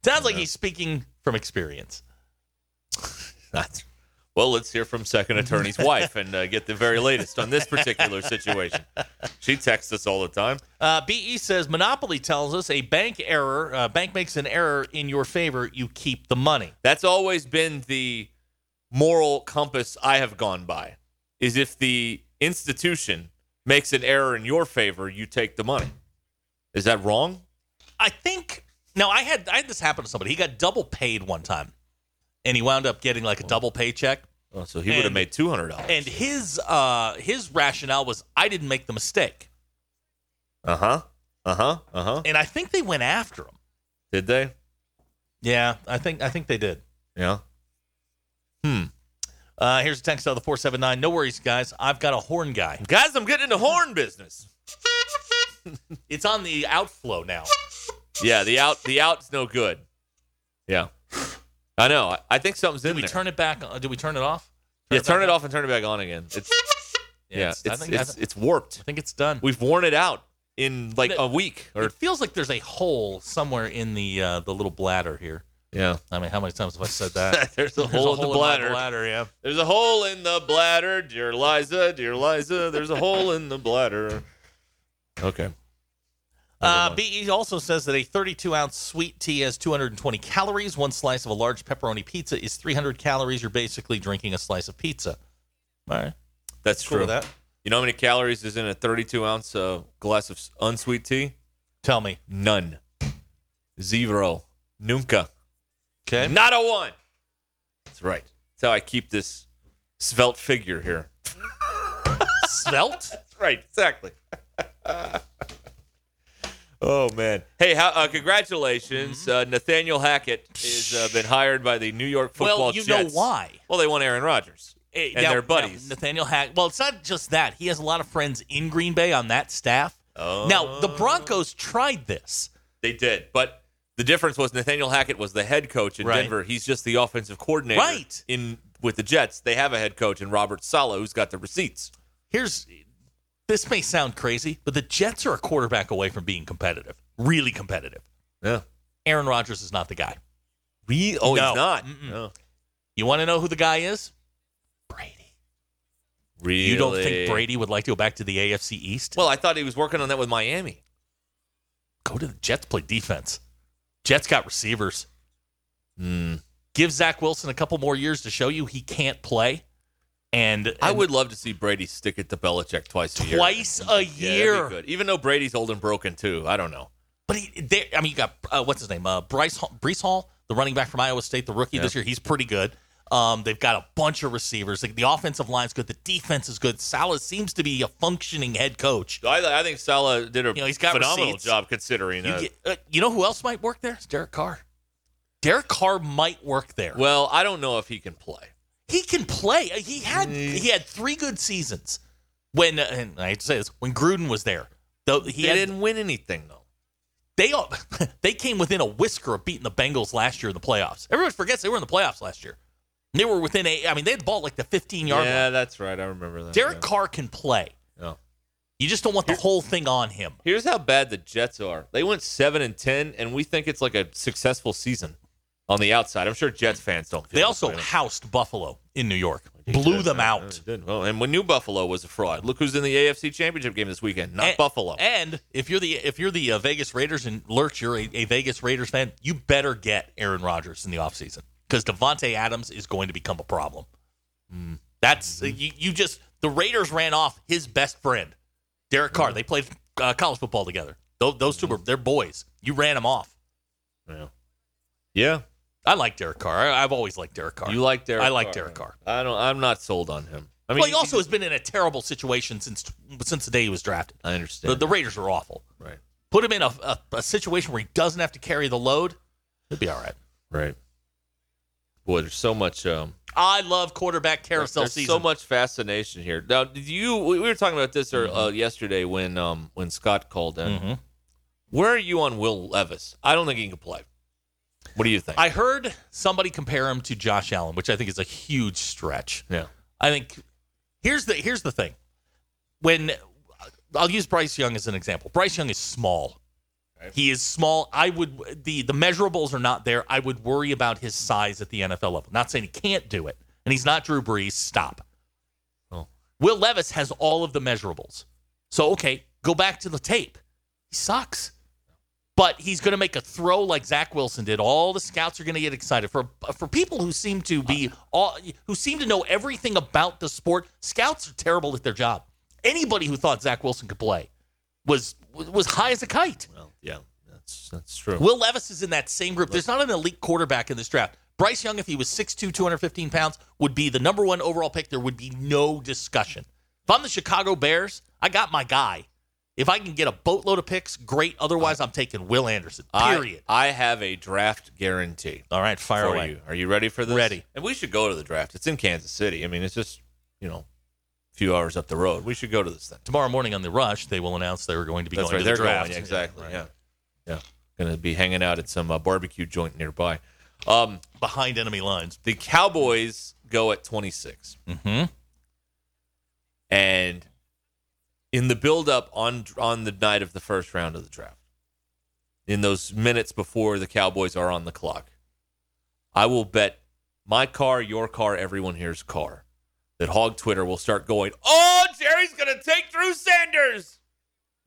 Sounds like he's speaking from experience.
That's, well, let's hear from second
*laughs*
attorney's wife and uh, get the very latest on this particular situation. She texts us all the time.
Uh, BE says Monopoly tells us a bank error. Uh, bank makes an error in your favor. You keep the money.
That's always been the moral compass I have gone by. Is if the institution makes an error in your favor, you take the money. Is that wrong?
I think now I had I had this happen to somebody. He got double paid one time, and he wound up getting like a double paycheck.
Oh, so he would have
And-
made two hundred dollars.
And his uh his rationale was I didn't make the mistake.
uh huh, uh huh, uh huh.
And I think they went after him.
Did they?
Yeah, I think I think they did.
Yeah.
Uh here's a text out of the 479. No worries, guys. I've got a horn guy.
Guys, I'm getting into horn business.
It's on the outflow now.
Yeah, the out the out's no good. Yeah. I know. I, I think something's in
Did we
there.
turn it back on? Did we turn it off?
yeah, turn it off and turn it back on again. It's yeah, it's
I
it's,
think- I
it's,
think-
warped.
I think it's done.
We've worn it out in like a week or
it feels like there's a hole somewhere in the uh the little bladder here.
yeah.
I mean, how many times have I said *laughs* that?
*laughs* There's a
There's
hole in the
my
bladder.
bladder, yeah.
There's a hole in the bladder, dear Liza, dear Liza. There's a hole in the bladder. Okay.
Uh, BE also says that a 32 ounce sweet tea has 220 calories. One slice of a large pepperoni pizza is 300 calories. You're basically drinking a slice of pizza. All right,
That's
cool
true.
with that.
You know how many calories is in a 32 ounce uh, glass of s- unsweet tea?
Tell me.
None. Zero. Nunca.
Okay.
Not a one. That's right. That's how I keep this svelte figure
*laughs*
here.
Svelte?
That's right. Exactly. *laughs* oh man. Hey, how, uh,
Mm-hmm.
congratulations, uh, Nathaniel Hackett has uh, been hired by the New York Football
Well, you
Jets.
know why.
Well, they want Aaron Rodgers
Eh,
and
now-
their buddies.
now, Nathaniel Hack. Well, it's not just that. He has a lot of friends in Green Bay on that staff.
Oh.
Now, the Broncos tried this.
They did, but the difference was Nathaniel Hackett was the head coach in
Right.
Denver. He's just the offensive coordinator.
Right.
In with the Jets, they have a head coach in Robert Sala who's got the receipts.
Here's this may sound crazy, but the Jets are a quarterback away from being competitive, really competitive.
Yeah.
Aaron Rodgers is not the guy.
We oh
No.
he's not.
Mm-mm.
No.
You want to know who the guy is? Brady.
Really?
You don't think Brady would like to go back to the AFC East?
Well, I thought he was working on that with Miami.
go to the Jets, play defense. Jets got receivers. Hmm. Give Zach Wilson a couple more years to show you he can't play. And, uh,
I
and
would love to see Brady stick it to Belichick twice a year.
twice a
Yeah, that'd be
year.
good. Even though Brady's old and broken too. I don't know.
but he, there, I mean, you got uh, what's his name? Uh, Bryce Hall, Brees Hall, the running back from Iowa State, the rookie this year. He's pretty good. Um, they've got a bunch of receivers. Like, the offensive line's good. The defense is good. Salah seems to be a functioning head coach.
I, I think Sala did a
You know, he's got
phenomenal
receipts.
job considering.
You,
uh,
get, uh, you know who else might work there? It's Derek Carr. Derek Carr might work there.
well, I don't know if he can play.
he can play. Uh, He had
Mm.
he had three good seasons when uh, and I hate to say this when Gruden was there. Though he
He
had,
didn't win anything though.
they all, *laughs* they came within a whisker of beating the Bengals last year in the playoffs. Everyone forgets they were in the playoffs last year. They were within a. I mean, they had the ball at, like the 15 yard line.
Yeah, that's right. I remember that.
Derek
yeah.
Carr can play.
Oh.
You just don't want the whole thing on him.
Here's how bad the Jets are. They went seven and ten, and we think it's like a successful season on the outside. I'm sure Jets fans don't. Feel
They
that
also
way.
housed Buffalo in New York, *laughs* blew them
Yeah,
out.
they did. Well, and when New Buffalo was a fraud. Look who's in the AFC Championship game this weekend. Not
And-
Buffalo.
And if you're the if you're the uh, Vegas Raiders and Lurch, you're a, a Vegas Raiders fan, you better get Aaron Rodgers in the offseason because Devontae Adams is going to become a problem. Hmm. That's
Mm-hmm.
you, you just the Raiders ran off his best friend, Derek Carr.
Mm-hmm.
They played uh, college football together. Those, those two were they're boys. You ran them off.
yeah. yeah.
I like Derek Carr. I, I've always liked Derek Carr.
You like Derek?
I like
Carr.
Derek Carr.
I don't. I'm not sold on him. I mean,
well, he also has been in a terrible situation since since the day he was drafted.
I
The,
understand.
the Raiders are awful.
right.
Put him in a, a, a situation where he doesn't have to carry the load. It'd be all right.
Right. Boy, there's so much. Um,
I love quarterback carousel
There's
season.
so much fascination here. Now, did you? We we were talking about this or,
Mm-hmm.
uh, yesterday when um, when Scott called in. Where are you on Will Levis? I don't think he can play. What do you think?
I heard somebody compare him to Josh Allen, which I think is a huge stretch.
yeah.
I think here's the here's the thing. When I'll use Bryce Young as an example. Bryce Young is small. He is small. I would the the measurables are not there. I would worry about his size at the NFL level. Not saying he can't do it, and he's not Drew Brees. Stop. Will Levis has all of the measurables. So okay, go back to the tape. He sucks but he's going to make a throw like Zach Wilson did. All the scouts are going to get excited for for people who seem to be all who seem to know everything about the sport. Scouts are terrible at their job. Anybody who thought Zach Wilson could play was was high as a kite.
Well, yeah. That's that's true.
Will Levis is in that same group. There's not an elite quarterback in this draft. Bryce Young, if he was 6'2, 215 pounds, would be the number one overall pick. There would be no discussion. If I'm the Chicago Bears, I got my guy. If I can get a boatload of picks, great. Otherwise, I'm taking Will Anderson.
I-
Period.
I, have a draft guarantee.
All right, fire
for
away.
you. Are you ready for this?
Ready.
And we should go to the draft. It's in Kansas City. I mean, it's just you know, a few hours up the road. We should go to this thing.
Tomorrow morning on the rush, they will announce they were going to be
That's
going
right. They're
to the draft.
going. Yeah, exactly. Yeah. Yeah. Going to be hanging out at some uh, barbecue joint nearby. Um,
behind enemy lines.
the Cowboys go at 26.
Mhm.
And in the buildup on on the night of the first round of the draft, in those minutes before the Cowboys are on the clock, I will bet my car, your car, everyone here's car that Hog Twitter will start going, "Oh, Jerry's going to take Drew Sanders."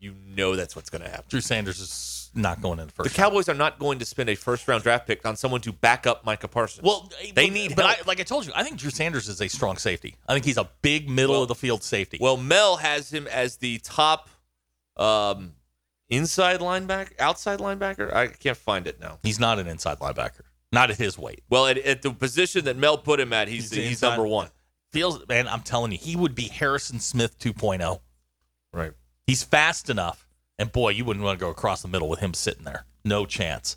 You know that's what's going to happen.
Drew Sanders is not going in
The
the first. round.
Cowboys are not going to spend a first round draft pick on someone to back up Micah Parsons.
Well,
They
but-
need
But I,
help.
like I told you, I think Drew Sanders is a strong safety. I think he's a big middle of the field safety.
well, Mel has him as the top um, inside linebacker, outside linebacker. I can't find it now.
he's not an inside linebacker. Not at his weight.
Well, at, at the position that Mel put him at, he's
He's the
he's,
inside-
number one.
Feels man, I'm telling you, he would be Harrison Smith 2.0.
Right.
He's fast enough, and boy, you wouldn't want to go across the middle with him sitting there. No chance.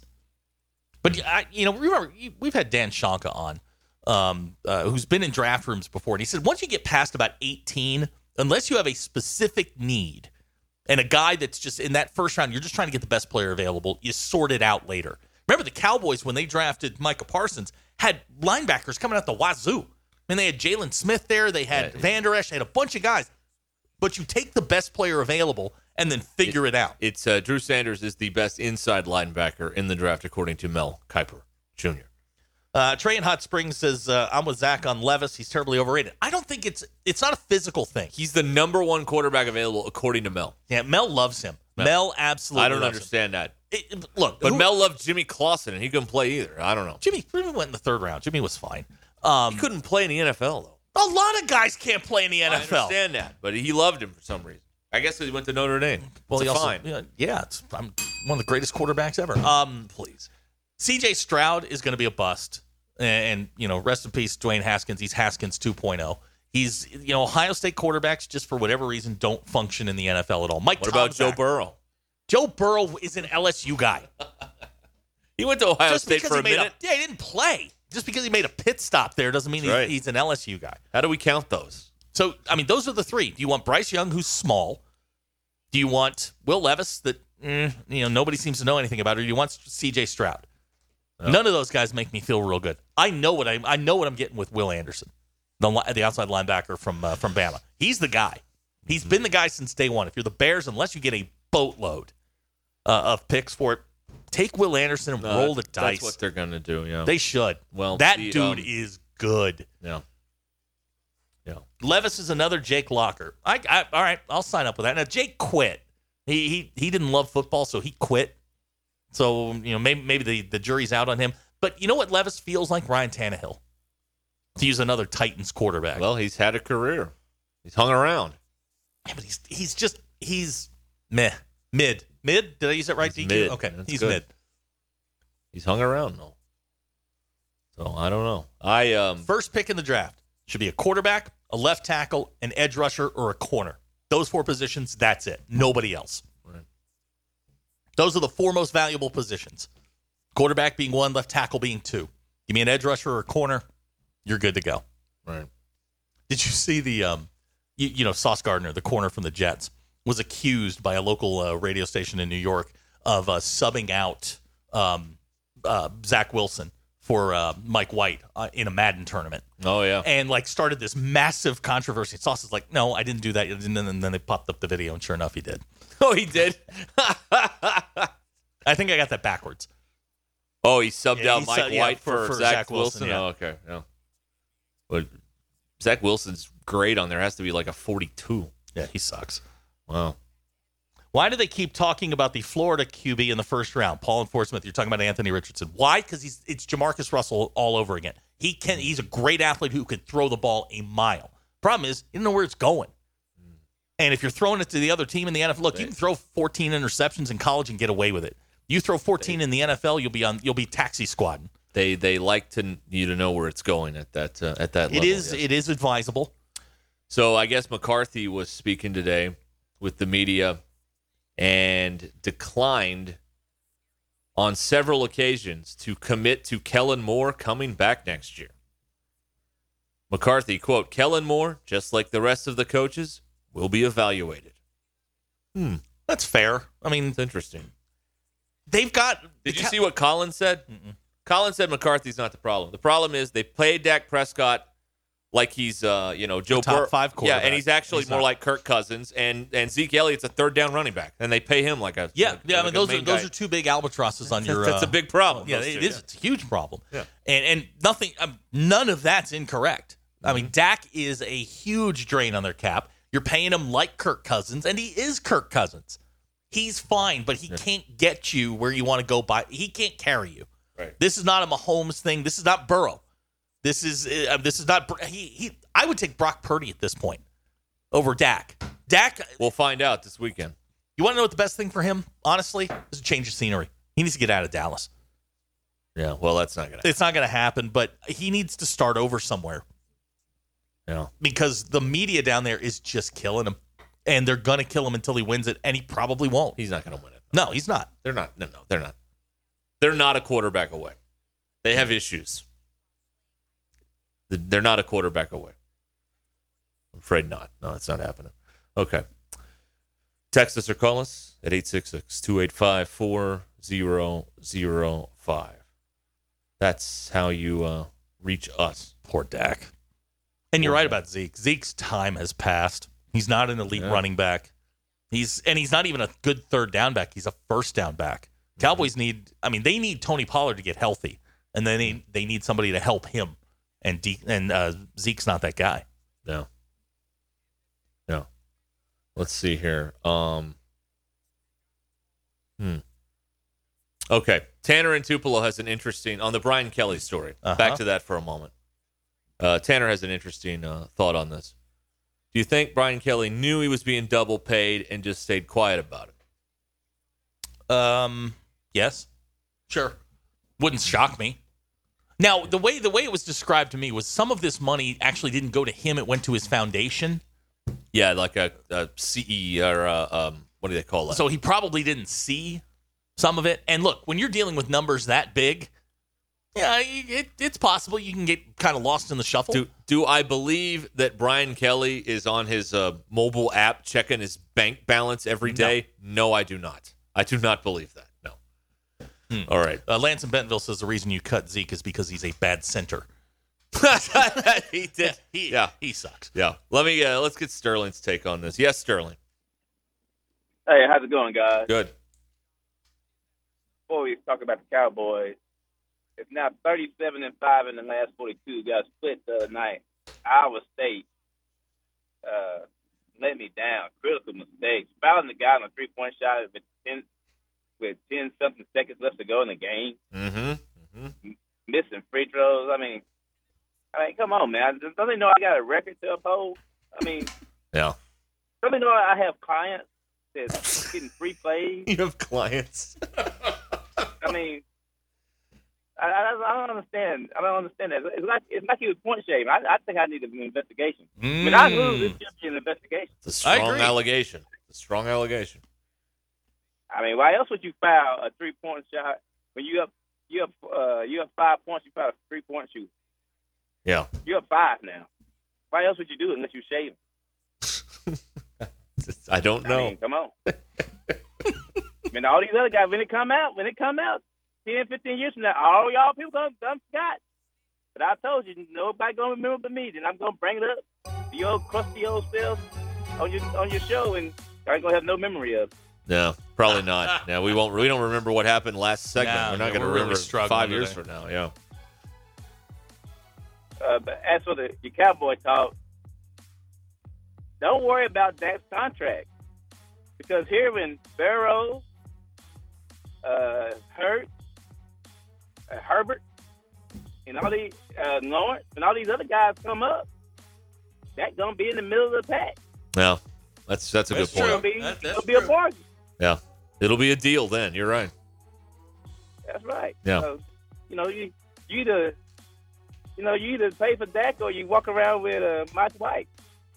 But I, you know, remember you- we've had Dan Shanka on, um, uh, who's been in draft rooms before, and he said once you get past about eighteen, unless you have a specific need, and a guy that's just in that first round, you're just trying to get the best player available. You sort it out later. Remember the Cowboys when they drafted Micah Parsons had linebackers coming out the wazoo. I mean, they had Jalen Smith there, they had Van Der Esch, they had a bunch of guys. But you take the best player available and then figure it out.
It's uh, Drew Sanders is the best inside linebacker in the draft according to Mel Kiper Jr.
Uh, Trey in Hot Springs says, uh, "I'm with Zach on Levis. He's terribly overrated. I don't think it's it's not a physical thing. He,
He's the number one quarterback available according to Mel.
yeah, Mel loves him. Mel absolutely.
I don't
loves him.
understand that.
It- it- look,
But
who-
Mel loved Jimmy Clausen, and he couldn't play either. I don't know.
Jimmy, Jimmy went in the third round. Jimmy was fine.
He
Um,
couldn't play in the NFL though.
a lot of guys can't play in the
I
NFL.
understand that, but he loved him for some reason. I guess 'cause he went to Notre Dame.
Well,
It's
he
a
also,
fine.
yeah, yeah, it's, I'm one of the greatest quarterbacks ever. Um, please, C.J. Stroud is going to be a bust, and, and, you know, rest in peace, Dwayne Haskins. He's Haskins 2.0. He's you know Ohio State quarterbacks just for whatever reason don't function in the NFL at all. Mike,
What about Joe
Tomczak-
Burrow?
Joe Burrow is an LSU guy.
He went to Ohio
Just
State
because
for
he
a
made
minute.
yeah, he didn't play. Just because he made a pit stop there doesn't mean
That's
he's,
right.
he's an LSU guy.
How do we count those?
So, I mean, those are the three. Do you want Bryce Young, who's small? Do you want Will Levis, that mm, you know nobody seems to know anything about, or do you want C.J. Stroud? None of those guys make me feel real good. I know what I I know what I'm getting with Will Anderson, the li- the outside linebacker from uh, from Bama. He's the guy.
Mm-hmm.
He's been the guy since day one. If you're the Bears, unless you get a boatload uh, of picks for it, take Will Anderson and roll the dice.
That's what they're going to do. Yeah.
They should.
Well,
that
the,
dude
um,
is good.
yeah.
Levis is another Jake Locker. I, I all right, I'll sign up with that. Now Jake quit. He he he didn't love football, so he quit. So you know maybe maybe the, the jury's out on him. But you know what Levis feels like Ryan Tannehill to use another Titans quarterback.
Well, he's had a career. He's hung around.
Yeah, but he's he's just he's meh mid mid. Did I use that right?
He's
DQ?
mid.
Okay,
That's
he's
good.
mid.
He's hung around though. So I don't know. I um
First pick in the draft should be a quarterback, a left tackle, an edge rusher, or a corner. Those four positions, that's it. Nobody else.
Right.
Those are the four most valuable positions. Quarterback being one, left tackle being two. Give me an edge rusher or a corner. you're good to go.
Right.
Did you see the um, you, you know Sauce Gardner, the corner from the Jets, was accused by a local uh, radio station in New York of uh, subbing out um, uh, Zach Wilson for uh, Mike White uh, in a Madden tournament,
Oh
*laughs*
yeah.
and like started this massive controversy. Sauce is like, no, I didn't do that, and then, and then they popped up the video, and sure enough, he did.
Oh, he did.
I think I got that backwards.
oh, he subbed
Yeah,
out
he
Mike
sub- yeah,
White
for-
for,
for
Zach,
Zach
Wilson.
Wilson, yeah.
Oh, okay. Yeah. But Zach Wilson's grade on there has to be like a 42.
Yeah, he sucks.
Wow.
Why do they keep talking about the Florida QB in the first round? Paul and Forsmith, you're talking about Anthony Richardson. Why? Because he's it's Jamarcus Russell all over again. He can he's a great athlete who can throw the ball a mile. Problem is, you don't know where it's going. And if you're throwing it to the other team in the NFL, look, you can throw 14 interceptions in college and get away with it. You throw 14 in the NFL, you'll be on you'll be taxi squad.
They they like to you to know where it's going at that uh, at that
It
level.
is
yes.
it is advisable.
So I guess McCarthy was speaking today with the media and declined on several occasions to commit to Kellen Moore coming back next year. McCarthy, quote, Kellen Moore, just like the rest of the coaches, will be evaluated.
That's fair. I mean,
It's interesting.
they've got
Did you see what Colin said? Colin said McCarthy's not the problem. The problem is they play Dak Prescott like he's uh, you know Joe
top
Burrow.
five
Yeah,
quarterback.
and he's actually
He's
more
not.
like Kirk Cousins and and Zeke Elliott's a third down running back, and they pay him like a
Yeah,
like,
yeah. I
like
mean,
a
those are
main
those
guy.
are two big albatrosses on your.
That's a
uh,
big problem.
Yeah,
those
it
two,
is. It's a huge problem.
Yeah.
And and nothing um, none of that's incorrect. I
Mm-hmm.
mean, Dak is a huge drain on their cap. You're paying him like Kirk Cousins, and he is Kirk Cousins. He's fine, but he can't get you where you want to go by. He can't carry you.
Right.
This is not a Mahomes thing. This is not Burrow. This is uh, this is not Br- he he I would take Brock Purdy at this point over Dak. Dak
We'll find out this weekend.
you want to know what the best thing for him, honestly, is a change of scenery. He needs to get out of Dallas.
Yeah, well, that's not gonna.
It's not going to happen, but he needs to start over somewhere
Yeah,
because the media down there is just killing him, and they're going to kill him until he wins it, and he probably won't.
he's not gonna win it.
No, he's not.
They're not. No, no, they're not. They're not a quarterback away. They have issues. Th- They're not a quarterback away. I'm afraid not. No, it's not happening. Okay. Text us or call us at 866 285 4005. That's how you uh, reach us.
Poor Dak. And you're right about Zeke. Zeke's time has passed. He's not an elite
Yeah.
running back. He's and he's not even a good third down back. He's a first down back.
Mm-hmm.
Cowboys need I mean they need Tony Pollard to get healthy and then they, they need somebody to help him and De- and uh, Zeke's not that guy.
No. No. Let's see here. Um Hmm. Okay. Tanner in Tupelo has an interesting on the Brian Kelly story.
Uh-huh.
Back to that for a moment. Uh, Tanner has an interesting uh, thought on this. Do you think Brian Kelly knew he was being double paid and just stayed quiet about it?
Um, yes, sure. Wouldn't shock me. Now, the way the way it was described to me was some of this money actually didn't go to him; it went to his foundation.
Yeah, like a, a CE or a, um, what do they call that?
So he probably didn't see some of it. And look, when you're dealing with numbers that big, yeah, you- it, it's possible you can get kind of lost in the shuffle.
Do do I believe that Brian Kelly is on his uh, mobile app checking his bank balance every day? No. I do not. I do not believe that. No. All right.
Uh, Lance in Bentonville says the reason you cut Zeke is because he's a bad
*laughs*
center. *laughs*
he did. yeah.
He sucks.
Yeah. Let me. Uh, let's get Sterling's take on this. Yes, Sterling.
Hey, how's it going, guys?
Good.
Before we talk about the Cowboys, it's now 37 and 5 in the last 42. Got split the other night. Iowa State uh, let me down. Critical mistakes. Fouling the guy on a three point shot with 10 with 10 something seconds left to go in the game.
Mm-hmm.
Missing free throws. I mean, I mean, come on, man. Don't they know I got a record to uphold? I mean,
Yeah.
don't they know I have clients that's getting free plays?
You have clients.
I mean, I, I, I don't understand. I don't understand that. It's like it's like he was point shaving. I, I think I need an investigation. I mean, I lose
Mm.
this should be an investigation.
It's a strong
agree.
allegation. It's a strong allegation.
I mean, why else would you foul a three point shot when you up you up uh, you up five points? You foul a three point shoot.
Yeah.
You're a five now. Why else would you do it unless you shave?
I don't
I
know.
mean, come on. and all these other guys, when it come out, when it come out, 10, 15 years from now, all y'all people gonna come Scott. But I told you, nobody gonna remember but me. Then I'm gonna bring it up, the old crusty old self on your on your show, and I ain't gonna have no memory of. it.
No, probably not. No, we won't. We don't remember what happened last segment.
No,
we're not
no,
going to
we're really
remember
struggling
five years
today.
from now. Yeah.
Uh, but as for the your cowboy talk, don't worry about that contract because here when Barrow, uh, Hurt, uh, Herbert, and all these uh, Lawrence and all these other guys come up, that gonna be in the middle of the pack.
Yeah. That's that's a
That's
good point.
It'll be,
That- that's
it'll be a
true.
bargain.
Yeah. It'll be a deal then. You're right.
That's right.
Yeah.
So, you know, you you either you know you either pay for Dak or you walk around with uh, Mike White.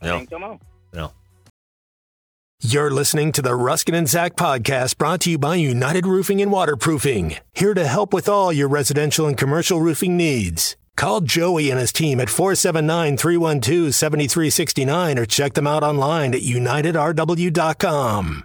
I
Yeah.
mean, come on.
Yeah.
You're listening to the Ruskin and Zach podcast brought to you by United Roofing and Waterproofing, here to help with all your residential and commercial roofing needs. Call Joey and his team at 479 312 7369 or check them out online at unitedrw.com.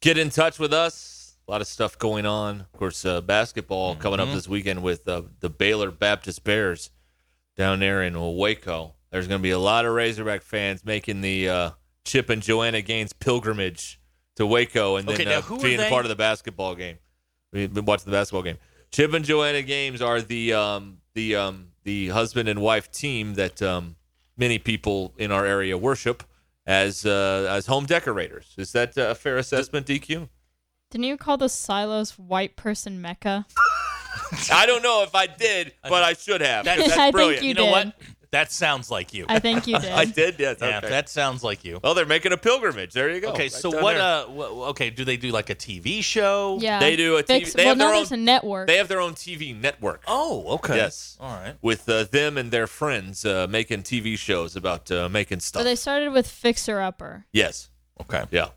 Get in touch with us. A lot of stuff going on. Of course, uh, basketball coming
Mm-hmm.
up this weekend with uh, the Baylor Baptist Bears down there in Waco. There's going to be a lot of Razorback fans making the uh, Chip and Joanna Gaines pilgrimage to Waco and then
Okay, now
uh,
who are
being
they?
part of the basketball game. We've been watching the basketball game. Chip and Joanna Games are the um, the um, the husband and wife team that um, many people in our area worship as uh, as home decorators. Is that uh, a fair assessment, DQ?
Didn't you call the silos white person mecca?
I don't know if I did, but I should have.
That-
*laughs*
That's
I think
brilliant.
you
You know what?
did.
That sounds like you.
I think you did.
I did. Yes.
yeah,
okay.
that sounds like you.
well, they're making a pilgrimage. There you go.
Okay,
Right
so
down
what?
there.
Uh, wha- okay, do they do like a TV show?
yeah.
They do a TV
Fix-
they
well,
have
no,
their
there's a
own-
network.
They have their own TV network.
Oh, okay.
Yes.
All right.
With uh, them and their friends uh, making TV shows about uh, making
so
stuff.
they started with Fixer Upper
yes.
Okay.
Yeah.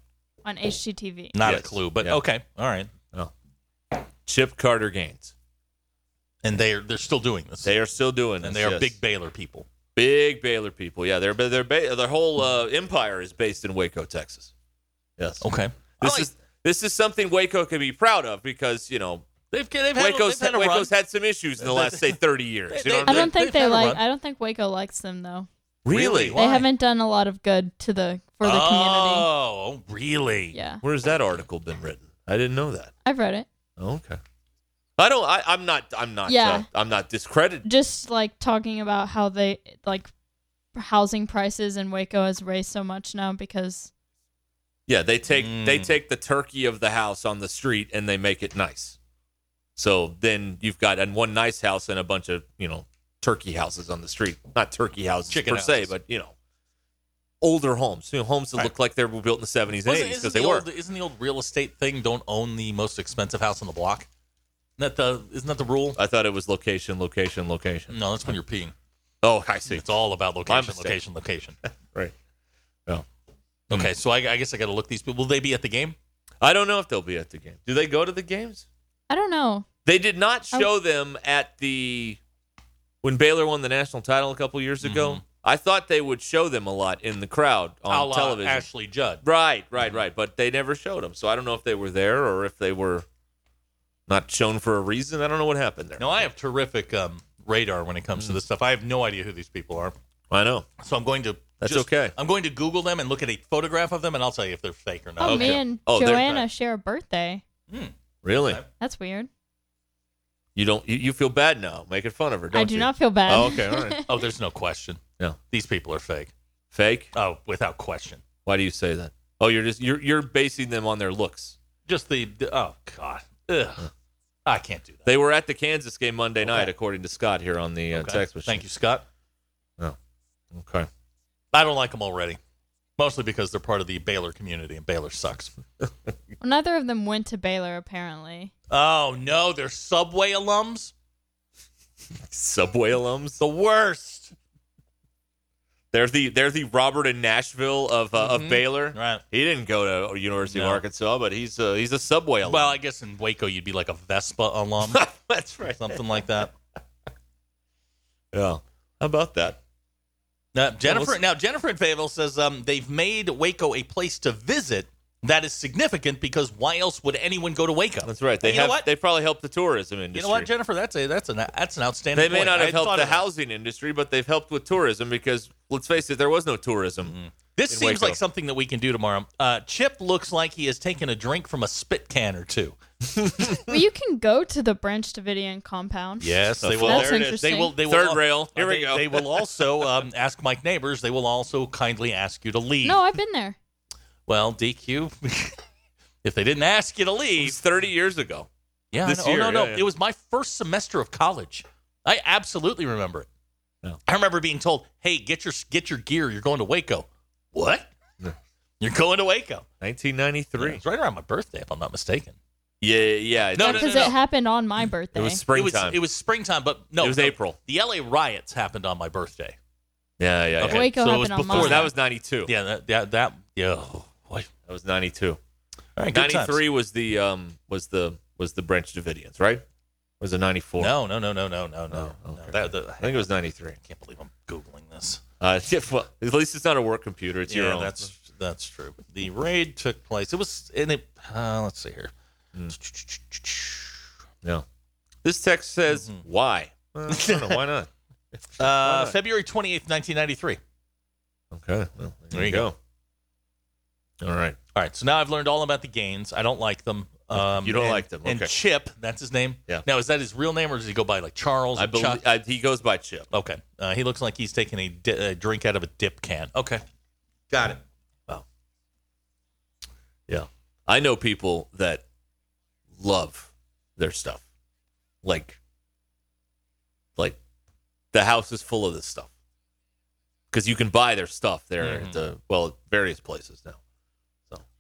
on HGTV.
Not
Yes.
a clue, but
Yeah.
okay. All right.
Oh. Chip Carter Gaines.
And they're they're still doing this.
They are still doing
and
this,
they are
yes.
big Baylor people.
big Baylor people. Yeah, they're they're ba- their whole uh, empire is based in Waco, Texas. Yes.
Okay.
This
I like-
is this is something Waco can be proud of because you know
they've they've had,
Waco's
they've had a run.
Waco's had some issues in the last say thirty years. You know what
I
I'm
don't think
saying?
They've
they
had a
like.
run.
I don't think Waco likes them though.
Really?
Why?
They haven't done a lot of good to the for the community.
Oh, really?
Yeah,
Where's that article been written? I didn't know that.
I've read it.
Oh, okay. I don't. I, I'm not. I'm not. Uh,
Yeah.
I'm not discrediting.
Just like talking about how they like housing prices in Waco has raised so much now because
Yeah, they take they
Mm.
take the turkey of the house on the street and they make it nice. So then you've got and one nice house and a bunch of you know turkey houses on the street. Not turkey houses
Chicken
per se,
houses.
but you know older homes, you know, homes that
Right.
look like they were built in the 70s and
Wasn't-
80s
isn't
because they
the
were.
old- Isn't the old real estate thing don't own the most expensive house on the block? Isn't that the isn't that the rule?
I thought it was location, location, location.
No, that's when you're peeing.
Oh, I see.
It's all about location,
mistake.
location, *laughs* location.
Right. Oh.
Okay, so I, I guess I got to look these people. Will they be at the game?
I don't know if they'll be at the game. Do they go to the games?
I don't know.
They did not
I-
show them at the when Baylor won the national title a couple years ago. I thought they would show them a lot in the crowd on
Mm-hmm. A la
television.
Ashley Judd.
Right, right, right. But they never showed them, so I don't know if they were there or if they were not shown for a reason. I don't know what happened there.
No, I have terrific um, radar when it comes to this stuff. I have no idea who these people are,
I know.
so I'm going to.
That's
just-
okay.
I'm going to Google them and look at a photograph of them, and I'll tell you if they're fake or not.
Oh,
Okay.
me and
Oh, they're
Joanna
nice.
share a birthday.
Really,
That's weird.
you don't. You, you feel bad now, making fun of her. Don't
I do
you?
not feel bad.
Oh, okay, all right.
*laughs* Oh, there's no question.
Yeah,
These people are fake.
fake.
Oh, without question.
Why do you say that? Oh, you're just you're you're basing them on their looks.
Just the. the- Oh God. Ugh. I can't do that.
They were at the Kansas game Monday night,
Okay.
according to Scott here on the uh,
Okay.
text machine.
Thank you, Scott.
Oh, okay.
I don't like them already, mostly because they're part of the Baylor community, and Baylor sucks.
Oh.
Well, neither of them went to Baylor,
*laughs*
apparently.
oh no, they're Subway alums.
Subway alums.
The worst.
They're the they're the Robert in Nashville of uh,
Mhm.
of Baylor.
Right.
He didn't go to University
No.
of Arkansas, but he's a, he's a Subway alum.
Well, I guess in Waco you'd be like a Vespa
*laughs*
alum,
That's right.
something like that.
Yeah. How about that?
Now, Jennifer.
let's-
Now Jennifer in Fayetteville says um, they've made Waco a place to visit. That is significant because why else would anyone go to Waco?
That's right. They
you know
have
what?
they probably helped the tourism industry.
you know what, Jennifer? That's a that's an that's an outstanding.
They may
point.
not
I
have
thought
helped the
of that.
housing industry, but they've helped with tourism because let's face it, there was no tourism.
Mm-hmm. This
in
seems
Waco.
like something that we can do tomorrow. Uh, Chip looks like he has taken a drink from a spit can or two.
well, you can go to the Branch Davidian compound.
Yes, they will.
That's
there it is.
interesting.
They will. They will.
Third
al-
rail. Here we
they,
go. *laughs*
They will also um, ask Mike neighbors. They will also kindly ask you to leave.
No, I've been there.
Well, DQ, *laughs* if they didn't ask you to
It's
leave,
30 years ago.
yeah, I
this
know.
year,
oh no, no,
yeah, yeah.
it was my first semester of college. I absolutely remember it.
No.
I remember being told, "Hey, get your get your gear. You're going to Waco." What? *laughs* You're going to Waco?
1993.
It's right around my birthday, if I'm not mistaken.
Yeah, yeah.
No,
Yeah,
no,
'cause
no,
it
no.
happened on my birthday.
It was springtime.
It was it was springtime, but no,
It was
the-
April.
The LA riots happened on my birthday.
yeah, yeah. yeah.
Okay.
Waco
so it was
happened on
before
mine.
Or that was 92.
Yeah, that that, that yeah. oh, boy.
That was 92.
All right, good times.
93 was the um was the was the Branch Davidians, right? Or Was it 94?
No, no, no, no, no, no, no.
Oh, okay.
no that, that,
I think it was 93.
I can't believe I'm googling this.
Uh, *laughs* yeah, well, at least it's not a work computer. It's your
yeah,
own.
that's that's true. The raid took place. It was and it. Uh, let's see here.
Hmm. no. This text says
Mm-hmm. *laughs*
why. Well, I don't know, why not?
Uh, February twenty eighth, nineteen ninety three.
Okay. Well, there,
There
you
you
go. All right.
All right, so now I've learned all about the gains. I don't like them. Um,
You don't
and-
like them,
And
okay.
Chip, that's his name.
Yeah.
Now is that his real name or does he go by like Charles?
I
or Chuck?
believe I, he goes by Chip.
Okay. Uh, he looks like he's taking a, di- a drink out of a dip can. Okay. Got it.
Yeah. I know people that love their stuff. Like like the house is full of this stuff. Cuz you can buy their stuff there
Mm-hmm.
at the well, at various places now.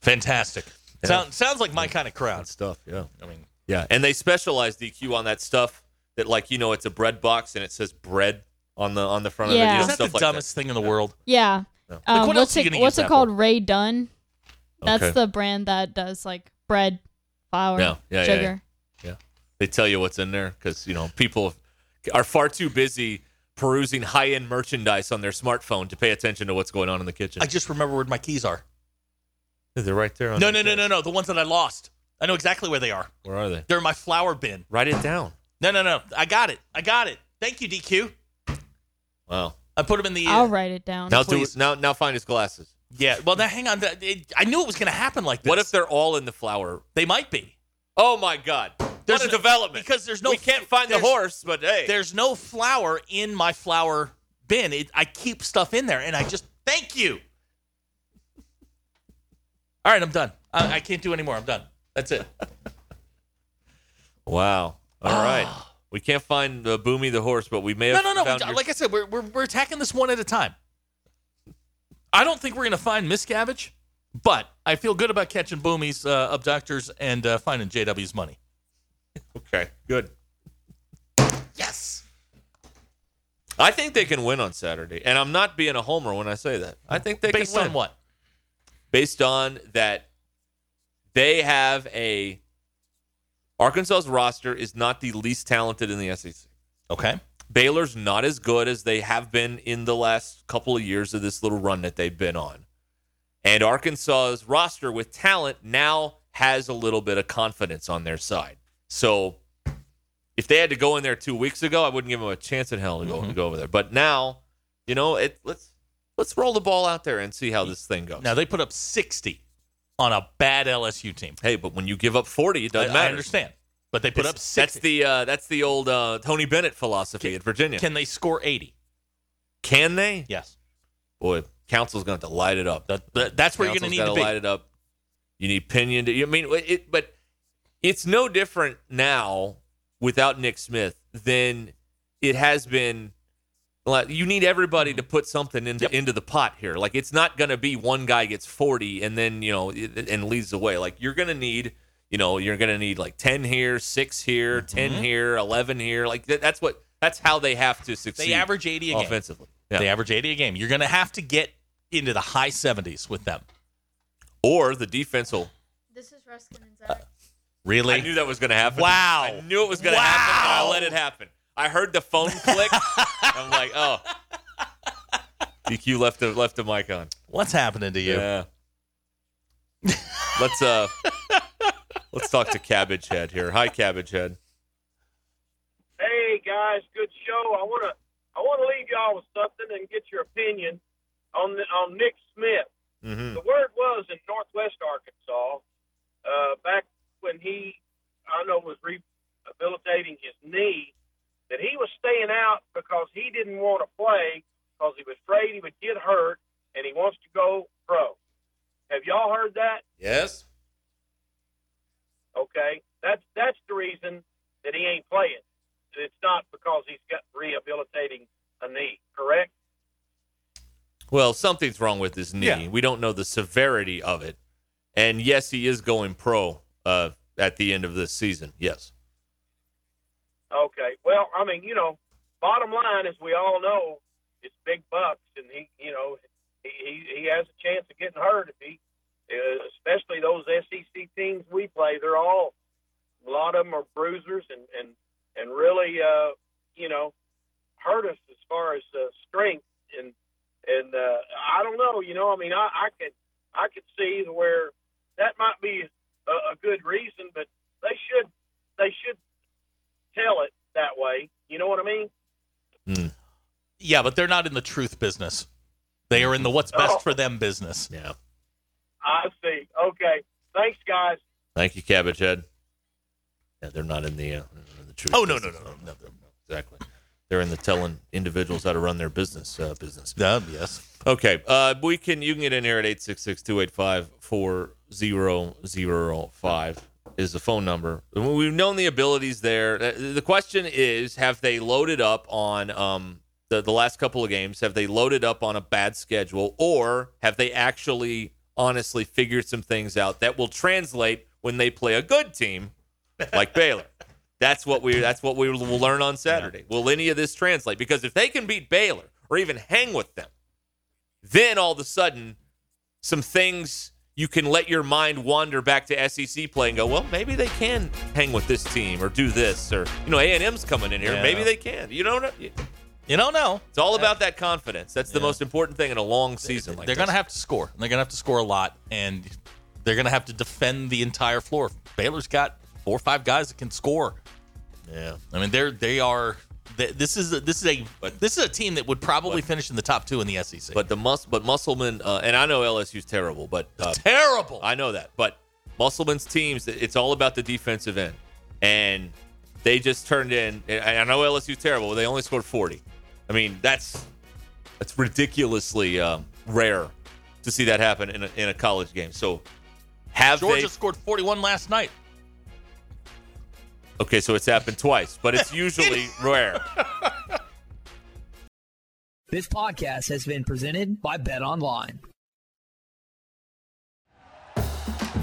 Fantastic.
Yeah.
Sound, sounds like my kind of crowd.
That stuff, yeah.
I mean,
Yeah, and they specialize DQ on that stuff that like you know it's a bread box and it says bread on the on the front of it, you
Yeah.
know,
isn't that
stuff
the
like
dumbest thing in the world?
Yeah.
No.
Um,
Like, what
what's
else are you
it,
gonna
what's
use
it
that
called? Ray Dunn. That's
Okay.
the brand that does like bread, flour,
Yeah, yeah, yeah,
sugar.
They tell you what's in there because you know people are far too busy perusing high-end merchandise on their smartphone to pay attention to what's going on in the kitchen.
I just remember where my keys are.
They're right there. On
No,
the
no, no,
desk.
no, no. The ones that I lost. I know exactly where they are.
Where are they?
They're in my flour bin.
Write it down.
No, no, no. I got it. I got it. Thank you, DQ.
Wow.
I put them in the. uh,
I'll write it down.
Now
Please.
do now now find his glasses.
Yeah. Well, now hang on. That- it- I knew it was going to happen like this.
What if they're all in the flower?
they might be?
Oh my God! There's
What
a
if-
development
because there's no-
We can't find the
there's-
horse, but hey,
There's no flour in my flour bin. It, I keep stuff in there, and I just thank you. All right, I'm done. I, I can't do anymore. I'm done. That's it.
Wow. All right. We can't find uh, Boomy the horse, but we may
Ah.
have.
No, no, no.
Found
We-
your-
Like I said, we're, we're we're attacking this one at a time. I don't think we're gonna find Miscavige, but I feel good about catching Boomy's uh, abductors and uh, finding JW's money.
okay, good.
Yes.
I think they can win on Saturday, and I'm not being a homer when I say that. I think they
Based
can win.
on what?
Based on that, they have a Arkansas's roster is not the least talented in the SEC.
Okay.
Baylor's not as good as they have been in the last couple of years of this little run that they've been on. And Arkansas's roster with talent now has a little bit of confidence on their side. So if they had to go in there two weeks ago, I wouldn't give them a chance in hell to go, to go over there. But now, you know, it let's let's roll the ball out there and see how this thing goes.
Now they put up 60 on a bad LSU team.
hey, but when you give up forty, it
I,
doesn't
I
matter.
understand, but they put
It's-
up 60.
That's the uh, that's the old uh, Tony Bennett philosophy at Virginia. Can,
Can they score 80?
they?
Yes.
Boy, council's going to have to light it up.
That, that- that's where
Council's
you're
gotta
going to
light
need to be.
it up. You need Pinion. To, you- I mean, it, but it's no different now without Nick Smith than it has been Like, You need everybody to put something into into the pot here. Like it's not going to be one guy gets 40 and then, you know, it- and leads the way. Like you're going to need, you know, you're going to need like 10 here, 6 here, 10 here, 11 here. Like that, that's what that's how they have to succeed.
They average 80 a game.
offensively.
They average 80 a game. You're going to have to get into the high 70s with them.
Or the defense will
This is Ruskin and
Really?
I knew that was going to happen.
Wow.
I knew it was going to happen. and I let it happen. I heard the *laughs* phone click. I'm like, oh. DQ left the left the mic on.
What's happening to you?
Yeah. let's uh let's talk to Cabbage Head here. Hi, Cabbage Head.
Hey guys, good show. I wanna I wanna leave y'all with something and get your opinion on the, on Nick Smith.
Mm-hmm.
The word was in Northwest Arkansas uh, back when he I know was rehabilitating his knee that he was staying out because he didn't want to play because he was afraid he would get hurt and he wants to go pro. Have y'all heard that?
Yes.
Okay, that's that's the reason that he ain't playing. It's not because he's got rehabilitating a knee, correct?
Well, something's wrong with his knee. We don't know the severity of it. And yes, he is going pro uh at the end of this season. Yes.
Okay. Well, I mean, you know, bottom line is we all know it's big bucks, and he, you know, he he, he has a chance of getting hurt if he, uh, especially those SEC teams we play. They're all a lot of them are bruisers and and and really, uh, you know, hurt us as far as uh, strength and and uh, I don't know. You know, I mean, I I could I could see where that might be a, a good reason, but they should they should tell it that way. You know what I mean?
Yeah, but they're not in the truth business. They are in the what's best for them business.
Oh. Yeah.
I see. Okay. Thanks, guys.
Thank you, Cabbage Head. Yeah, they're not in the uh, in the truth.
Oh, no, no,
business. no, no, exactly. They're in the telling individuals how to run their business. Uh, business.
yes.
Okay. Uh, we can. You can get in here at 866-285-4005 is the phone number. We've known the abilities there. Uh, The question is, have they loaded up on um the the last couple of games? Have they loaded up on a bad schedule, or have they actually honestly figured some things out that will translate when they play a good team like Baylor? That's what we that's what we will learn on Saturday. Will any of this translate? Because if they can beat Baylor or even hang with them, then all of a sudden some things you can let your mind wander back to SEC play and go, well, maybe they can hang with this team or do this or you know A&M's coming in here,
Yeah.
maybe they can. You don't know. You,
don't know.
It's all about that confidence. That's the most important thing in a long season. Like
They're going to
this.
have to score. They're going to have to score a lot, and they're going to have to defend the entire floor. Baylor's got four or five guys that can score.
Yeah.
I mean, they're they are. th this is a, this is a this is a team that would probably finish in the top two in the E SEC.
But the mus but Musselman uh, and I know LSU's terrible, but uh,
*laughs* terrible.
I know that, but Musselman's teams it's all about the defensive end, and they just turned in. And I know LSU's terrible, but they only scored forty. I mean that's that's ridiculously um, rare to see that happen in a, in a college game. So have
Georgia
they?
scored 41 last night.
Okay, so it's happened twice, but
*laughs*
it's usually rare.
This podcast has been presented by Bet Online.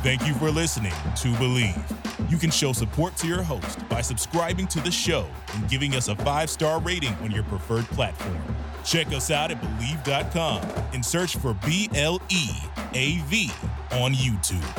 Thank you for listening to Believe. You can show support to your host by subscribing to the show and giving us a five star rating on your preferred platform. Check us out at Believe.com and search for B L E A V on YouTube.